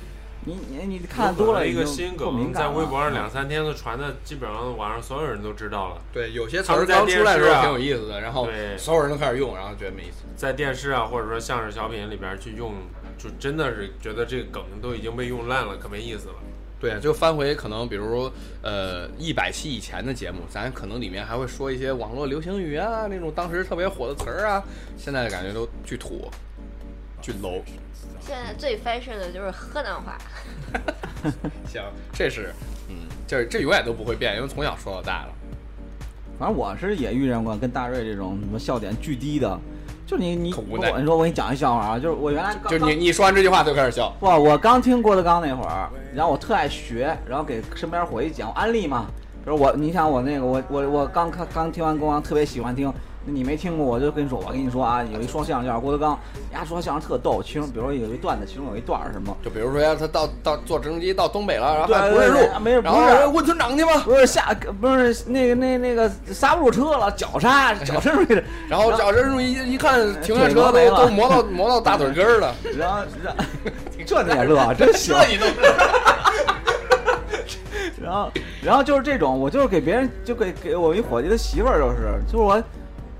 你你你看多了
有一
已
个
经
新
不
梗，
敏感
在
了
微博上两三天都传的，基本上网上所有人都知道了。
对，有些词
他们
儿
在
刚
电
出来的时
视
候
啊
挺有意思的，然后
对
所有人都开始用，然后觉得没意思。
在电视啊，或者说相声小品里边去用，就真的是觉得这个梗都已经被用烂了，可没意思了。
对，啊就翻回可能比如说呃一百期以前的节目，咱可能里面还会说一些网络流行语啊，那种当时特别火的词儿啊，现在感觉都巨土、巨 low。
现在最 fashion 的就是河南话，
行，这是嗯，这这永远都不会变，因为从小说到大了。
反正我是也遇见过跟大瑞这种什么笑点巨低的，就你你
可无
我
奈
跟你说我给你讲一笑话啊，就是我原来
就
刚
你你说完这句话就开始笑，
哇，我刚听郭德纲那会儿，然后我特爱学，然后给身边伙计讲我安利嘛。比如我，你想我那个，我我我刚看刚听完郭德纲，特别喜欢听。你没听过，我就跟你说，我跟你说啊，有一说相声叫郭德纲，人家说相声特逗。其中，比如说有一段子，其中有一段儿什么，
就比如说呀，他到到坐直升机到东北了，然后
对
还不认
对对
路，
没人
然
不
后
是
哎问村长去吧，
不是下不是那个那那个刹不住车了，脚刹脚伸出去，
然后找人一一看停下
哎腿
车
都没
都
了
都磨到磨到大腿根儿了，
然后 然后这你也乐啊，真行。
这你都不知道
然后，然后就是这种，我就是给别人，就给给我一伙计的媳妇儿，就是，就是我，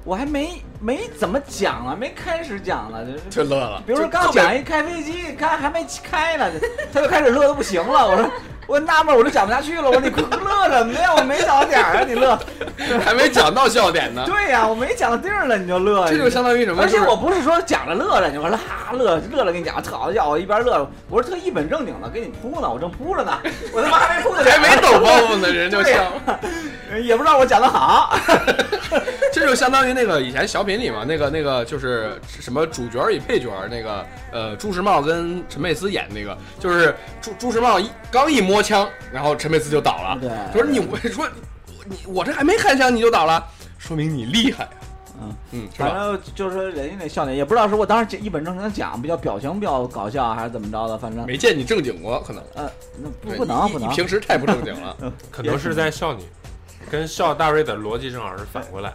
我还没没怎么讲呢，没开始讲呢，就是，
就乐了。
比如说
就
刚
特别
讲一开飞机，刚还没开呢，他就开始乐的不行了，我说。我纳闷儿，我都讲不下去了。我说你乐什么呀？我没讲到点儿啊，你乐。
还没讲到笑点 呢，
对呀、我没讲到地儿了，你就乐。
这就相当于什么？
而且
就是
我不是说讲着乐着，你说哈乐乐了，跟你讲特好笑，我一边乐着，我是特一本正经的给你铺呢，我正铺着呢，我他妈还没 铺呢，
还没抖包袱呢，人就
对
笑。
也不知道我讲的好。
这就相当于那个以前小品里嘛，那个那个就是什么主角与配角，那个呃朱时茂跟陈佩斯演那个，就是朱朱时茂一刚一摸枪，然后陈佩斯就倒了。
对
说你我说你我这还没开枪你就倒了，说明你厉害。
嗯
嗯，是
反
吧？
正就是说人家那笑点，也不知道是我当时一本正经讲，比较表情比较搞笑，还是怎么着的，反正
没见你正经过，可能
呃，那不
对
不能
你
不
你
能
你，平时太不正经 了。
可能是在笑你，跟笑大瑞的逻辑正好是反过来。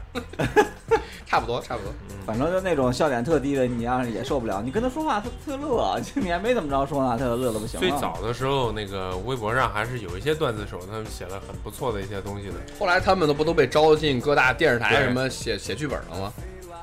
差不多差不多。
反正就那种笑点特低的，你要是也受不了。你跟他说话，他他乐，你还没怎么着说呢，他就乐的不行了。
最早的时候，那个微博上还是有一些段子手，他们写了很不错的一些东西的。
后来他们都不都被招进各大电视台
对
什么写写剧本了吗？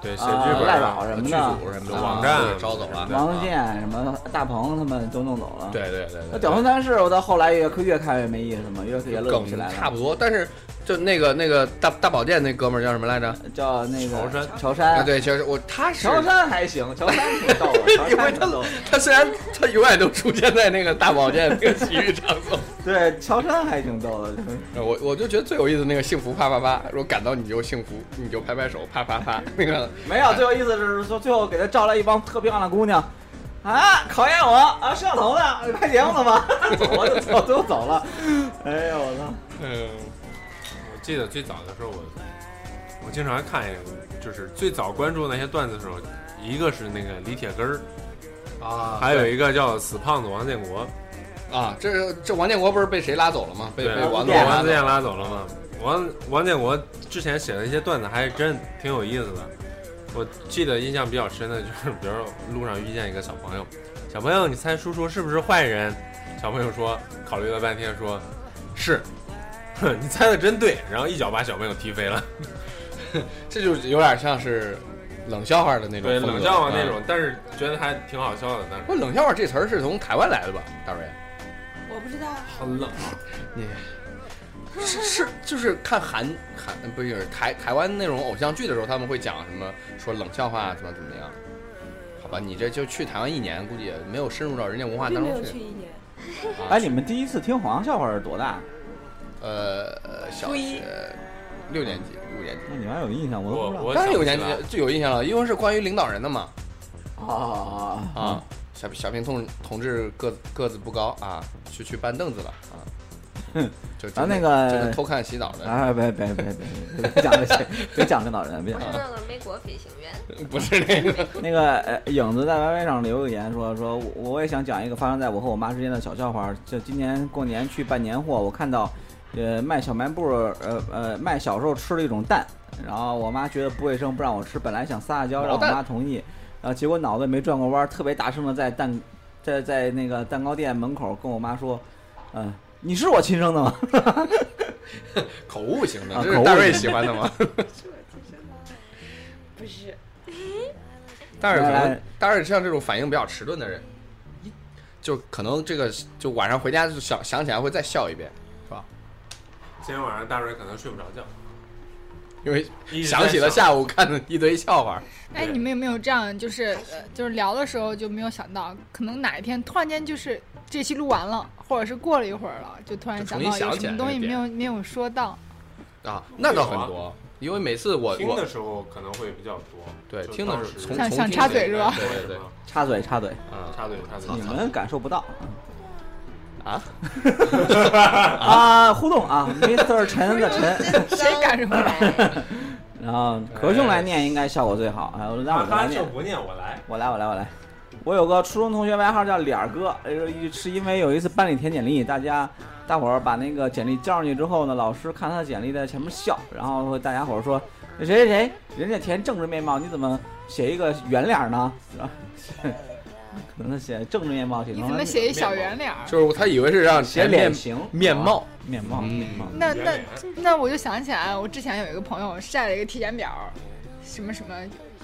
对，写
啊
剧本
赖
啊
老什么
剧
的
组什么
啊
的
网站
都给招走了。
王自健、什么大鹏他们都弄走了。，
对对对
啊那
对，
屌丝三世，我到后来越越看越没意思嘛，越越乐不起来
梗差
了。
不多，但是就那个那个大大保健那哥们儿叫什么来着？
叫那个
乔杉
乔
啊，
杉，
对，其实我他是
乔杉还行，乔杉挺 逗的，乔杉挺逗的。
他虽然他永远都出现在那个大保健那个洗浴场所，
对，乔杉还挺逗的。
我我就觉得最有意思那个幸福啪啪啪，如果感到你就幸福，你就拍拍手啪啪啪，那个
没有，最有意思是说最后给他招来一帮特漂亮的姑娘，啊，考验我啊，摄像头呢？ 拍节目呢吗？我就走，最后走了。 哎呦我操！
嗯，我记得最早的时候我，我经常看一个，就是最早关注那些段子手，一个是那个李铁根儿，
嗯
啊
还有一个叫死胖子王建国，
啊，这这王建国不是被谁拉走了吗？被
对，
被
王
王
自
自健
健
拉
王
走了。
自健拉走了嘛。王王建国之前写的一些段子还真挺有意思的，我记得印象比较深的就是，比如说路上遇见一个小朋友，小朋友你猜叔叔是不是坏人？小朋友说，考虑了半天说，是。哼，你猜的真对，然后一脚把小朋友踢飞了。
这就有点像是冷笑话的那种
对，
风格
冷笑话那种，。但是觉得还挺好笑的。但是
不，冷笑话这词儿是从台湾来的吧，大瑞？
我不知道，
好冷，
你
嗯
是是就是看韩韩不是台台湾那种偶像剧的时候，他们会讲什么说冷笑话啊怎么怎么样？好吧，你这就去台湾一年，估计也没有深入到人家文化
并
当
没有
中
去
去。
一年，
啊
哎，你们第一次听黄笑话是多大？
呃，小
初一
学六年级、五年级，
那你们还有印象，我
我
都不知
我
当然有
想
年级
不起来了
就有印象了，因为是关于领导人的嘛。
道。啊
啊，，小小平同同志个子个子不高啊，去去搬凳子了啊。就
咱
真的
那个
真的偷看洗澡的，
啊！别别别别别别讲这些，别讲领导人，别
不
讲
啊
是。那个美国飞行员，
不是那个。
那个呃，影子在 YY 上留个言说说，我我也想讲一个发生在我和我妈之间的小笑话。就今年过年去办年货，我看到，呃，卖小卖部儿，呃呃，卖小时候吃的一种蛋，然后我妈觉得不卫生，不让我吃。本来想撒撒娇，让我
毛蛋
妈同意，然后结果脑子没转过弯儿，特别大声的在蛋，在在那个蛋糕店门口跟我妈说，嗯、你是我亲生的吗？
口误型的
啊，
这
口
是
误
大瑞喜欢的 吗？
不是，
大瑞可
来
能
来，
大瑞像这种反应比较迟钝的人，一就可能这个就晚上回家就想想起来会再笑一遍，是吧？
今天晚上大瑞可能睡不着觉，
因为
一直在
想起了下午看的一堆笑话，
哎，
对
你们有没有这样，就是呃就是聊的时候就没有想到，可能哪一天突然间就是这期录完了，或者是过了一会儿了，就突然
就重
想
新
到有
想起
什
来
么东
那
西
个
没
点
有没有说到。
啊，那倒很多。因为每次我
听的
我
时候可能会比较多。
对
就
听的
当
时候
时
从
想
从
想
听
插
的
嘴
时
是
候
吧
对对对，
插嘴插嘴，
嗯，
插嘴插嘴
你们感受不到
啊
啊啊！互动啊，Mr. 陈的陈。
谁敢什么
来？
然后壳兄来念应该效果最好，哎，我让我
他
来
他
念
就，不念我来，
我来我来我来。我有个初中同学，外号叫脸儿哥，呃是因为有一次班里填简历，大家大伙儿把那个简历交上去之后呢，老师看他的简历在前面笑，然后大家伙儿说谁谁谁，人家填政治面貌，你怎么写一个圆脸儿 呢？然后可能他写政治面貌写
你
成
怎
了
么写一小圆脸儿？
就是他以为是让
写
前面
脸型
面貌
啊面貌
嗯
面貌，
那
圆
那
脸
那我就想起来，我之前有一个朋友晒了一个体检表，什么什么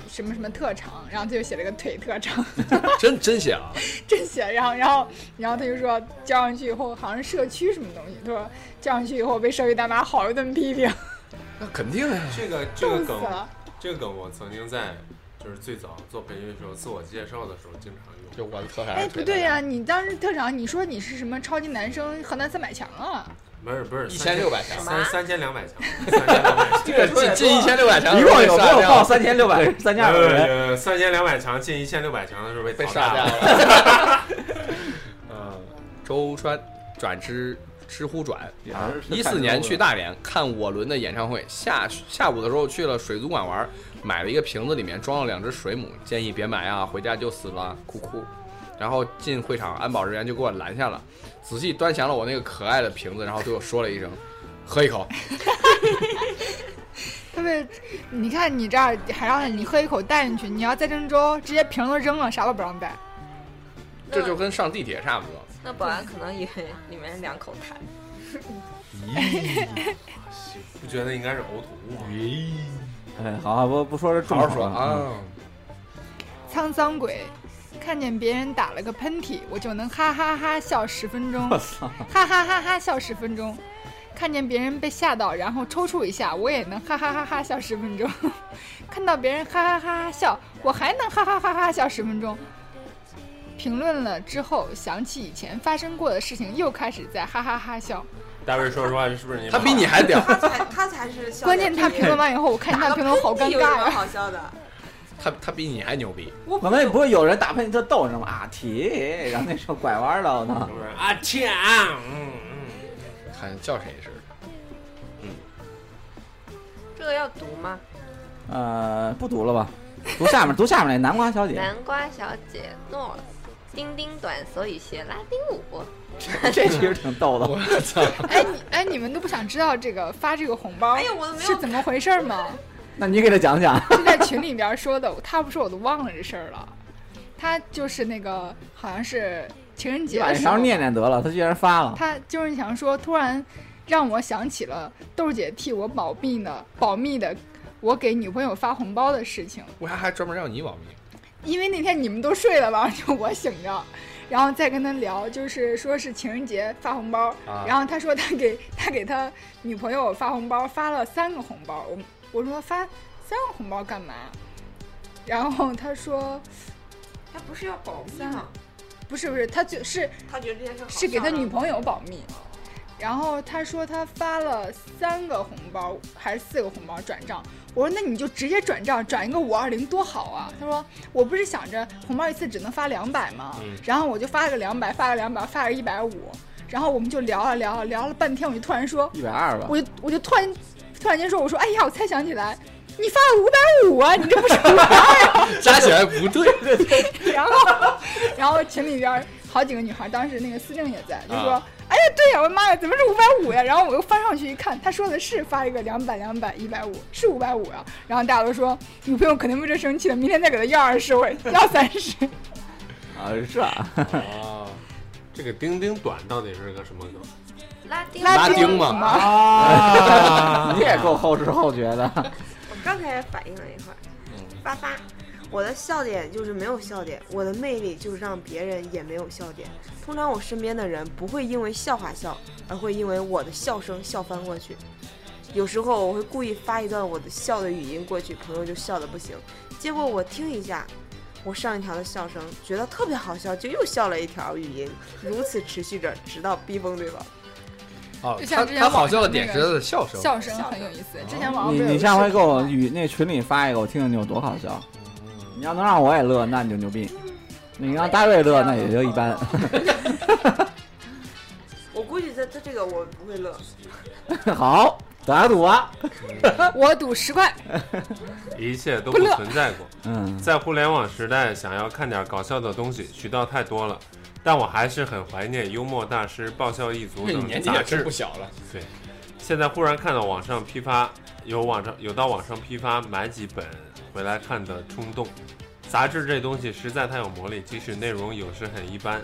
什么什么特长，然后他就写了个腿特长，
真真写啊，
真写。然后然后然后他就说交上去以后好像是社区什么东西，他说交上去以后被社区大妈好一顿批评，
那肯定啊呀，
这个这
冻
个
死
梗
了。
这个梗我曾经在就是最早做培训的时候，自我介绍的时候经常用。
就我的特长。
哎，不对呀、，你当时特长，你说你是什么超级男生河南三百强啊？
不是不是，
一千六百强，
三三千两百强，三千两百 强。
这进进一千六百强，
一共有没有
上
报
吊
三千六百三千二百人？
呃，三千两百强进一千六百强的时候被
被
淘
杀
汰
掉
了。
了？
嗯，
周川转知知乎转，
啊
一四年去大连看我伦的演唱会，下下午的时候去了水族馆玩，买了一个瓶子，里面装了两只水母，建议别买啊，回家就死了，哭哭。然后进会场，安保人员就给我拦下了，仔细端详了我那个可爱的瓶子，然后对我说了一声：“喝一口。”
特别，你看你这儿还让你喝一口带进去，你要在郑州直接瓶都扔了，啥都不让带。
这就跟上地铁差不多。
那保安可能以为里面是两口痰。
咦，不觉得应该是呕吐物吗？
哎，好啊，不不说这重
好好
口
说
了嗯
啊，
沧桑鬼，看见别人打了个喷嚏，我就能哈哈哈笑十分钟，
我操，
哈哈哈哈笑十分钟。看见别人被吓到，然后抽搐一下，我也能哈哈哈哈笑十分钟。 看到别人哈哈哈哈笑，我还能哈哈哈哈笑十分钟。评论了之后，想起以前发生过的事情，又开始在哈哈哈笑。
大卫，说实话，是不是你？
他比你还 屌。
他才他才是笑
关
点
键他评论完以后，我看
打
他
个
评论好
喷嚏
尴
有什
尬
么
呀。
好啊笑的？
他他比你还牛逼，
我
我们不会有人打喷嚏特逗，你知道吗？啊，铁，然后那时候拐弯了，我操
是，不是啊？天啊！嗯嗯，
看叫谁是。
这个要读吗？
呃，不读了吧，读下面，读下面那南瓜小姐，
南瓜小姐诺，丁丁短，所以学拉丁舞。
这其实挺逗的。
我操！
哎，你哎，你们都不想知道这个发这个红包
哎呀，我都没有
是怎么回事吗？
那你给他讲讲，
是在群里边说的，他不说我都忘了这事儿了。他就是那个好像是情人节的
晚
时候
上，念念得了，他居然发了，
他就是想说，突然让我想起了豆姐替我保密的保密的我给女朋友发红包的事情，
为啥还专门让你保密？
因为那天你们都睡了，晚 上就我醒着。然后再跟他聊，就是说是情人节发红包，
啊
然后他说他给他给他女朋友发红包，发了三个红包。我我说发三个红包干嘛？然后他说
他不是要保密吗？
不是不是，他就是
他觉得这件事好
是给他
笑
女
啊
朋友保密。然后他说他发了三个红包还是四个红包转账，我说那你就直接转账转一个五二零多好啊。他说我不是想着红包一次只能发两百吗？
嗯
然后我就发了个两百，发了两百，发了一百五，然后我们就聊啊聊啊聊了半天，我就突然说，
一百二吧，
我就我就突然突然间说，我说哎呀，我才想起来，你发了五百五啊，你这不是五
加起来不对，
然后，然后群里边儿好几个女孩，当时那个思政也在，就说：“
啊
哎呀，对呀，我妈呀，怎么是五百五呀？”然后我又翻上去一看，他说的是发一个两百、两百、一百五，是五百五啊。然后大家都说女朋友肯定为这生气了，明天再给她要二十，我要三十。
啊是啊，
哦，这个丁丁短到底是个什么梗？
嗯
拉丁
拉
丁
丁嘛
舞
啊， 你也够后知后觉 的，
我刚才也反应了一会儿，发发。我的笑点就是没有笑点，我的魅力就是让别人也没有笑点。通常我身边的人不会因为笑话笑，而会因为我的笑声笑翻过去。有时候我会故意发一段我的笑的语音过去，朋友就笑得不行。结果我听一下，我上一条的笑声觉得特别好笑，就又笑了一条语音，如此持续着，直到逼疯对方。
哦
就，像
他
之前
他好笑的
网上那个
点是他的笑声。
笑声很有意思，之前网上
你
不是有
你
个
下
视
回
频
给我
吗
与那群里发一个，我听听你有多好笑。你要能让我也乐，那你就牛逼；你让大卫乐，那也就一般。
我估计他他这个我不会乐，
好，打赌啊，
呃我赌十块，
一切都
不
不
乐
存在过。
嗯，
在互联网时代，想要看点搞笑的东西，渠道太多了。但我还是很怀念幽默大师、爆笑一族
因为你
等
年纪
杂
也真
志
不。小了，
对，现在忽然看到网上批发，有网上有到网上批发买几本回来看的冲动。杂志这东西实在太有魔力，即使内容有时很一般，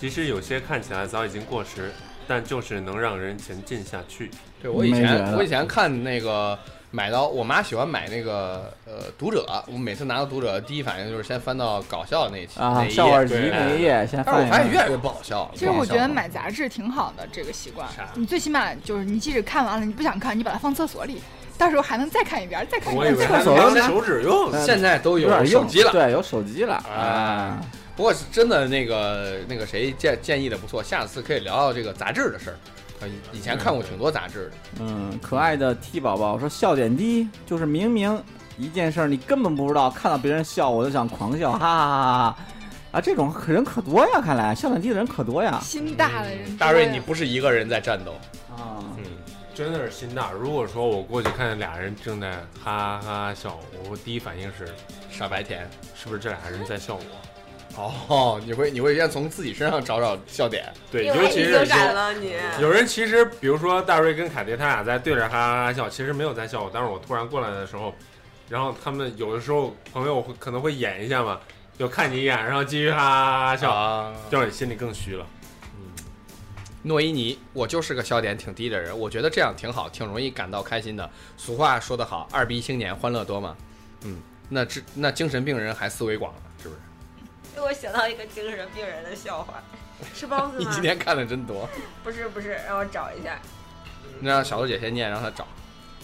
即使有些看起来早已经过时，但就是能让人前进下去。
对我以
没觉
前
得
我以前看那个买到我妈喜欢买那个呃读者，我每次拿到读者第一反应就是先翻到搞笑那一期那
啊，
一
笑话
页，
集
对
那一页先
但是
翻
我
一
发现越
翻。
来越不好笑了。
其实我觉得买杂志挺好的，这个习惯
啥，
你最起码就是你即使看完了，你不想看，你把它放厕所里，到时候还能再看一遍，再看一
我
遍
以。为
再看
还
一遍
手
能
拿
拿手指用，
呃现在都
有点
有手机
硬
了，
对，有手机了啊
啊！不过是真的那个那个谁建建议的不错，下次可以聊聊这个杂志的事儿。呃以前看过挺多杂志的，
嗯，可爱的 T 宝宝说，笑点低就是明明一件事儿你根本不知道，看到别人笑我就想狂笑，哈哈哈哈！啊，这种人可多呀，看来笑点低的人可多呀。
心大的人多呀，
大瑞你不是一个人在战斗，
啊，
嗯真的是心大。如果说我过去看见俩人正在哈哈笑，我第一反应是
傻白甜。
是不是这俩人在笑我？
哦，你会你会先从自己身上找找笑点，
对，
因
尤
为
其
你
是
就
有
敢了你。
有人其实，比如说大瑞跟凯迪他俩在对着哈哈哈笑，其实没有在笑我，但是我突然过来的时候，然后他们有的时候朋友会可能会演一下嘛，就看你一眼，然后继续哈哈哈笑，
啊，
这样你心里更虚了。
诺伊尼，我就是个笑点挺低的人，我觉得这样挺好，挺容易感到开心的。俗话说得好，二逼青年欢乐多嘛。嗯，那这那精神病人还思维广呢，是不是？
给我想到一个精神病人的笑话，
吃包子
你今
吗？
天看的真多。
不是不是，让我找一下，
那让小豆姐先念，让她找。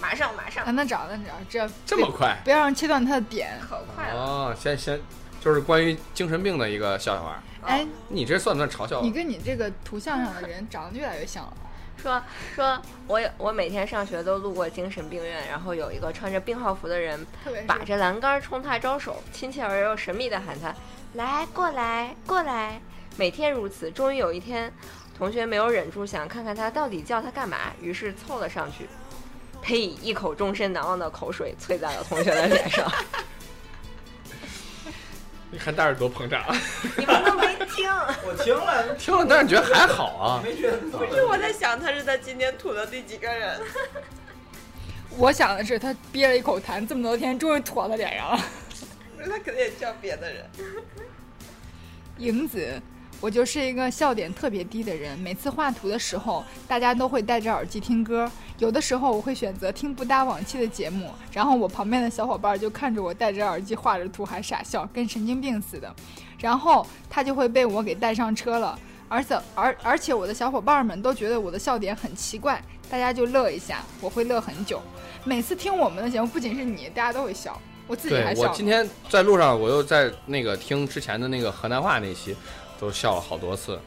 马上马上
啊，，那找那找，这
这么快？
不要让切断他的点。
可快了。
哦，先先就是关于精神病的一个笑话。
哎，
你这算不算嘲笑？
你跟你这个图像上的人长得越来越像了。
说说我有我每天上学都路过精神病院，然后有一个穿着病号服的人
特别是
把着栏杆冲他招手，亲切而又神秘地喊他：“来，过来，过来。”每天如此，终于有一天，同学没有忍住想看看他到底叫他干嘛，于是凑了上去。呸！一口终身难忘的口水啐在了同学的脸上。
你看大耳朵膨胀，
你们都没听，
我听了，
听了但是觉得还好啊。
没觉得
不是我在想他是在今天吐的第几个人。
我想的是，他憋了一口痰这么多天，终于吐到他脸上了。
不是他肯定也叫别的人。
影子，我就是一个笑点特别低的人。每次画图的时候，大家都会戴着耳机听歌，有的时候我会选择听不搭往期的节目，然后我旁边的小伙伴就看着我戴着耳机画着图还傻笑，跟神经病似的。然后他就会被我给带上车了。而且而而且我的小伙伴们都觉得我的笑点很奇怪，大家就乐一下，我会乐很久。每次听我们的节目，不仅是你，大家都会笑，我自己还
对我
笑呢。
今天在路上，我又在那个听之前的那个河南话那期，都笑了好多次。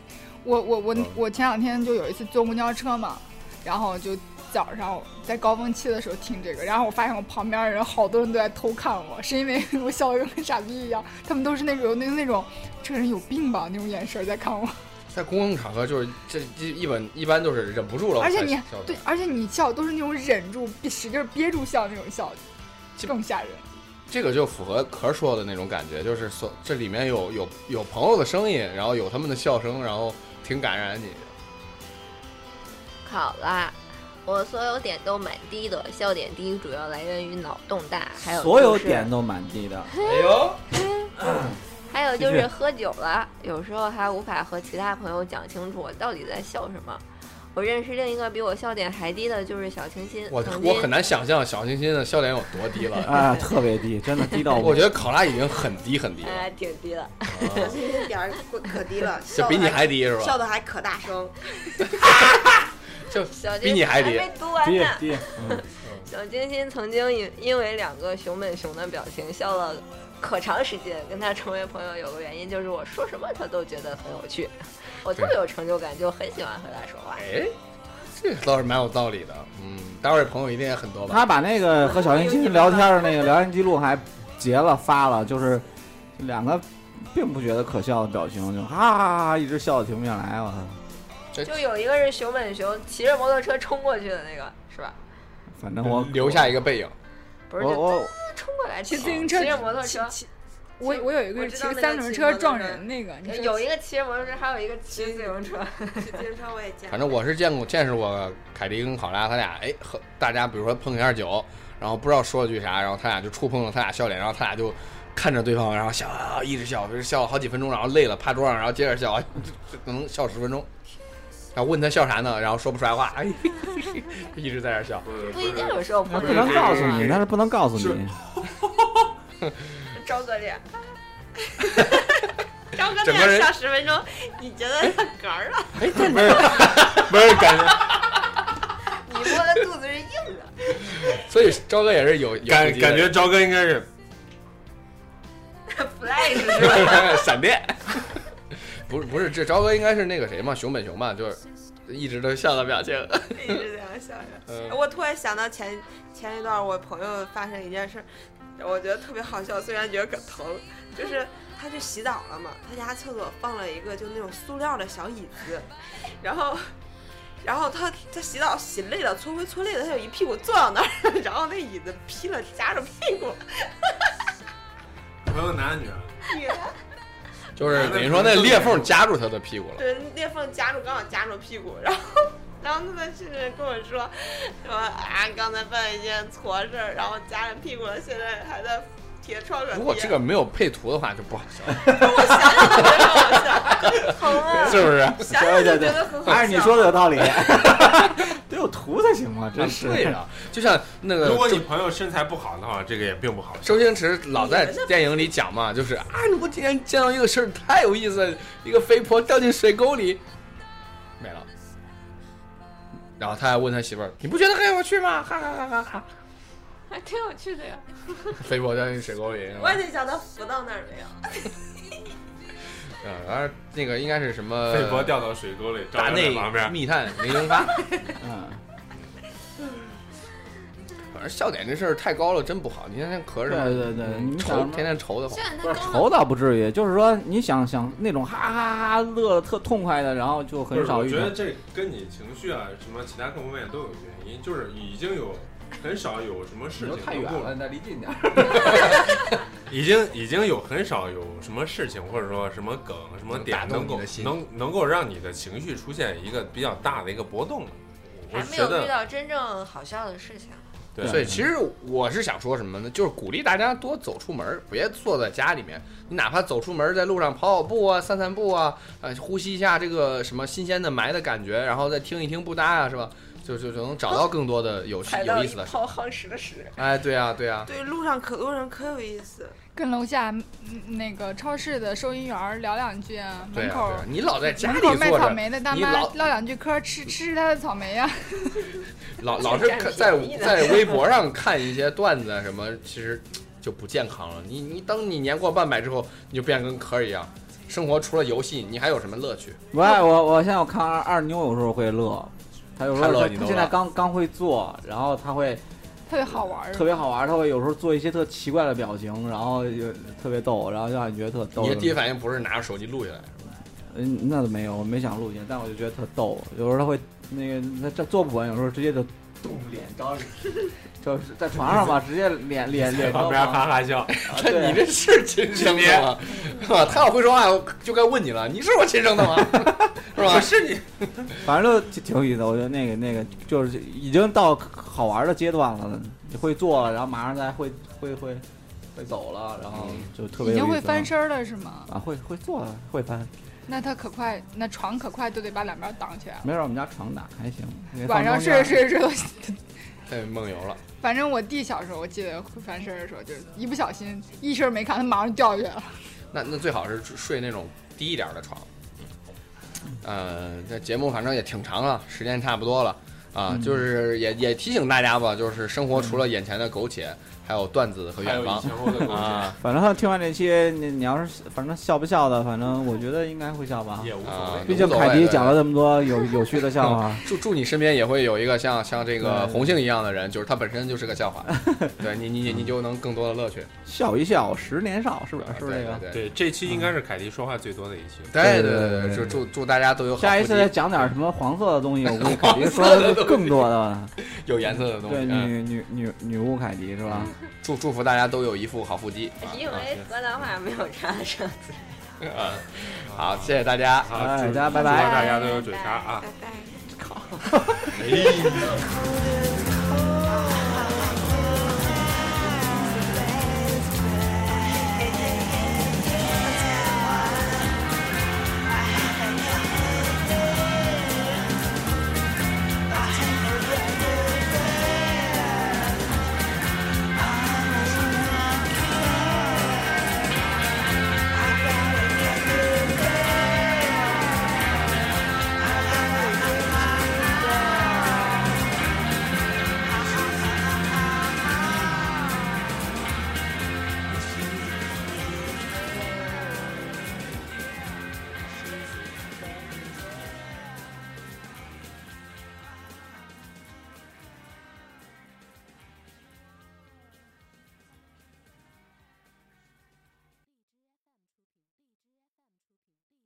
我我我
嗯
我前两天就有一次坐公交车嘛，然后就早上在高峰期的时候听这个，然后我发现我旁边的人好多人都在偷看我，是因为 我笑得跟傻逼一样，他们都是那种那那种这个人有病吧那种眼神在看我，
在公共场合，就是这这一本一般都是忍不住了，
而且
我才
你
哦笑的
对，而且你笑都是那种忍住憋使劲憋住笑那种笑，
这
更吓人。
哦
这个就符合壳说的那种感觉，就是所这里面有有有朋友的声音，然后有他们的笑声，然后挺感染你。
考啦，我所有点都蛮低的，笑点低主要来源于脑洞大，还有、
所有点，都蛮低的。
哎呦，
还有就
继
是
续
喝酒了，有时候还无法和其他朋友讲清楚我到底在笑什么。我认识另一个比我笑点还低的，就是小清新，
我
嗯
曾
我很
经
难想象小清新的笑点有多低了。
啊，特别低，真的低 到
嗯
我觉得考拉已经很低很低了，
哎挺低的，
啊
这些点儿可可低 了，
就
笑
比
得
你还低是
笑
吧？
的还可大声，
就
小
比
清
你
新
还低
没读完
低
呢。
低，嗯，
小清新曾经因因为两个熊本熊的表情笑了可长时间，跟他成为朋友有个原因就是我说什么他都觉得很 有趣，我特别有成就感，就很喜欢和他说话。
哎，这倒是蛮有道理的。嗯，待会儿朋友一定也很多吧？
他把那个和小清新聊天的那个聊天记录还截了发了，就是两个并不觉得可笑的表情，就哈哈哈哈一直笑的停不下来，我操，
就有一个是熊本熊骑着摩托车冲过去的那个，是吧？
反正我
嗯留下一个背影，
不是，
我
就
我
噔冲过来，
骑
骑
自行车
骑着摩托
骑
车，
骑我我有一个
我
是
知
骑
道
个
那个
三轮
骑
车
摩托
撞
车呃
人那个，你说
呃有一个骑着摩托车，还有一个骑自行车。
自行车我也见过。
反正我是见过见识过凯迪跟考拉他俩，哎，喝大家比如说碰一下酒，然后不知道说了句啥，然后他俩就触碰了他俩笑脸，然后他俩就看着对方，然后笑，啊一直笑，就是笑了好几分钟，然后累了趴桌上，然后接着笑， 就就能笑十分钟。然后问他笑啥呢，然后说不出来话，哎， 一直在这笑。
不一定，有时候不
我
会
不能告诉你，
啊
但是不能告诉
是
你，
张哥这样。张哥
整个人
十分钟，你觉得他嗝儿了？
哎，不是不是感觉，
你摸的肚子是硬的。
所以朝哥也是有有腹
感
肌的
感觉朝哥应该是
flash
闪电，不是不是，这朝哥应该是那个谁嘛，熊本熊嘛，就是一直都笑的表情。
一直这样笑着。
嗯，
呃
我突然想到前前一段我朋友发生一件事儿，我觉得特别好笑，虽然觉得可疼，就是他去洗澡了嘛，他家厕所放了一个就那种塑料的小椅子，然后。然后他他洗澡洗累了，搓灰搓累了，他有一屁股坐到那儿，然后那椅子劈了夹着屁股，
朋友男女啊，
女的
就是等于说那裂缝夹住他的屁股了。
对，裂缝夹住，刚好夹住屁股，然后。然后他的亲人跟我说，说啊，刚才办了一件错事儿，然后夹着屁股了，现在还在贴创可贴。
如果这个没有配图的话，就不好笑，
我想想都觉得好笑，疼啊！
是不是？
想想就觉得很好笑。
还是哎你说的有道理， 得有图才行嘛，真是。
对呀，就像那个
如果
周
你朋友身材不好的话，这个也并不好笑。
周星驰老在电影里讲嘛，就是啊，你不今天见到一个事儿太有意思了，一个肥婆掉进水沟里，没了。然后他还问他媳妇儿：“你不觉得很有趣吗？”哈哈哈哈哈！
还挺有趣的呀。
肥婆掉进水沟里，
我也得想他浮到那儿没有。
嗯，然后那个应该是什么？
费博掉到水沟里，赵
达
亮在
内
旁边，
密探零零八。
嗯，
反正笑点这事儿太高了，真不好。你天天咳
对
着嘛，
对对，
嗯
你想
愁
什么
天天愁得慌。
不是愁倒不至于，就是说你想想那种哈哈哈乐得特痛快的，然后就
不
很
是
少
我
遇
觉
到
得。这跟你情绪啊，什么其他各方面都有原因，就是已经有很少有什么事情能够，
再离近点。
已经已经有很少有什么事情或者说什么梗什么点
能打动
能够
你的心
能能够让你的情绪出现一个比较大的一个波动了。我
还
是
没
觉
有遇
得
到真正好笑的事情。
对
所以其实我是想说什么呢？就是鼓励大家多走出门儿，别坐在家里面。你哪怕走出门儿，在路上跑跑步啊、散散步啊，呃，呼吸一下这个什么新鲜的霾的感觉，然后再听一听布达啊，是吧？就就就能找到更多的有趣
踩
有
到
意
一
思的事。
泡夯实的实。
哎，对啊，对啊，
对，路上可多人，可有意思。
跟楼下嗯那个超市的收银员儿聊两句啊，
对
门
啊，
口
对啊。你老在家
门
里
口
坐
卖草
着，
莓的大
你
妈
老
唠两句嗑，吃吃吃她的草莓呀、
老老是看在
便宜的
在微博上看一些段子什么，其实就不健康了。你你等你年过半百之后，你就变跟壳儿一样，生活除了游戏，你还有什么乐趣？
不爱我，我现在我看二二妞有时候会乐，她有时候
她乐
她
你
她
都
现在
乐
刚刚会做，然后她会
特别好玩儿。
特别好玩，她会有时候做一些特奇怪的表情，然后就特别逗，然后就让你觉得特逗
你的。第一反应不是拿着手机录下 来，
嗯，那倒没有，我没想录下，但我就觉得特逗。有时候她会那个她这坐不稳，有时候直接就动脸招人，就是在床 上吧，直接脸脸脸
旁
朝
边
床
哈哈笑，
啊
这
对
你这是亲生的吗？ 啊，他要会说话，我就该问你了，你是我亲生 的吗？是吧？是你。
反正就挺有意思的，我觉得那个那个就是已经到好玩的阶段了，你会做了，然后马上再会会会会走了，然后就特别
嗯已
有
经
意思啊
会翻
了
身儿了是吗？
啊，会会做了，会翻。
那他可快，那床可快，都得把两边儿挡起来了。
没事，我们家床打还行，给放啊
晚上
中间
睡着睡着睡着，
太哎梦游了，
反正我弟小时候，我记得会翻身儿的时候，就是一不小心一身儿没看，他马上就掉下去了。
那那最好是睡那种低一点的床。呃，这节目反正也挺长了，时间差不多了啊，
嗯
就是也也提醒大家吧，就是生活除了眼前的苟且，还有段子和
还
远
有以
方
前后的故事
啊，
反正听完这期，你你要是反正笑不笑的，反正我觉得应该会笑吧。
也无所
啊
谓。
毕竟凯迪讲了这么多有有趣的笑话，
祝祝你身边也会有一个像像这个
对
红杏一样的人，就是他本身就是个笑 话，对你你你就能更多的乐趣，
笑一笑，十年少，是不是？是不是这个？
啊对对
对，这期应该是凯迪说话最多的一期。
对
对
对
对对
祝
对
祝祝大家都有好
下一
腹
次
肌
再讲点什么黄色的东西，我估计凯迪说的会更多的。
有颜色的东
对，
西，嗯
女女女女巫凯迪是吧？
祝祝福大家都有一副好腹肌。
因为河南话没有查的上次。
啊，好，谢谢大家。
好，
哎
祝
大家拜
祝
拜
大家都有嘴馋啊！
拜拜。
哎。
拜拜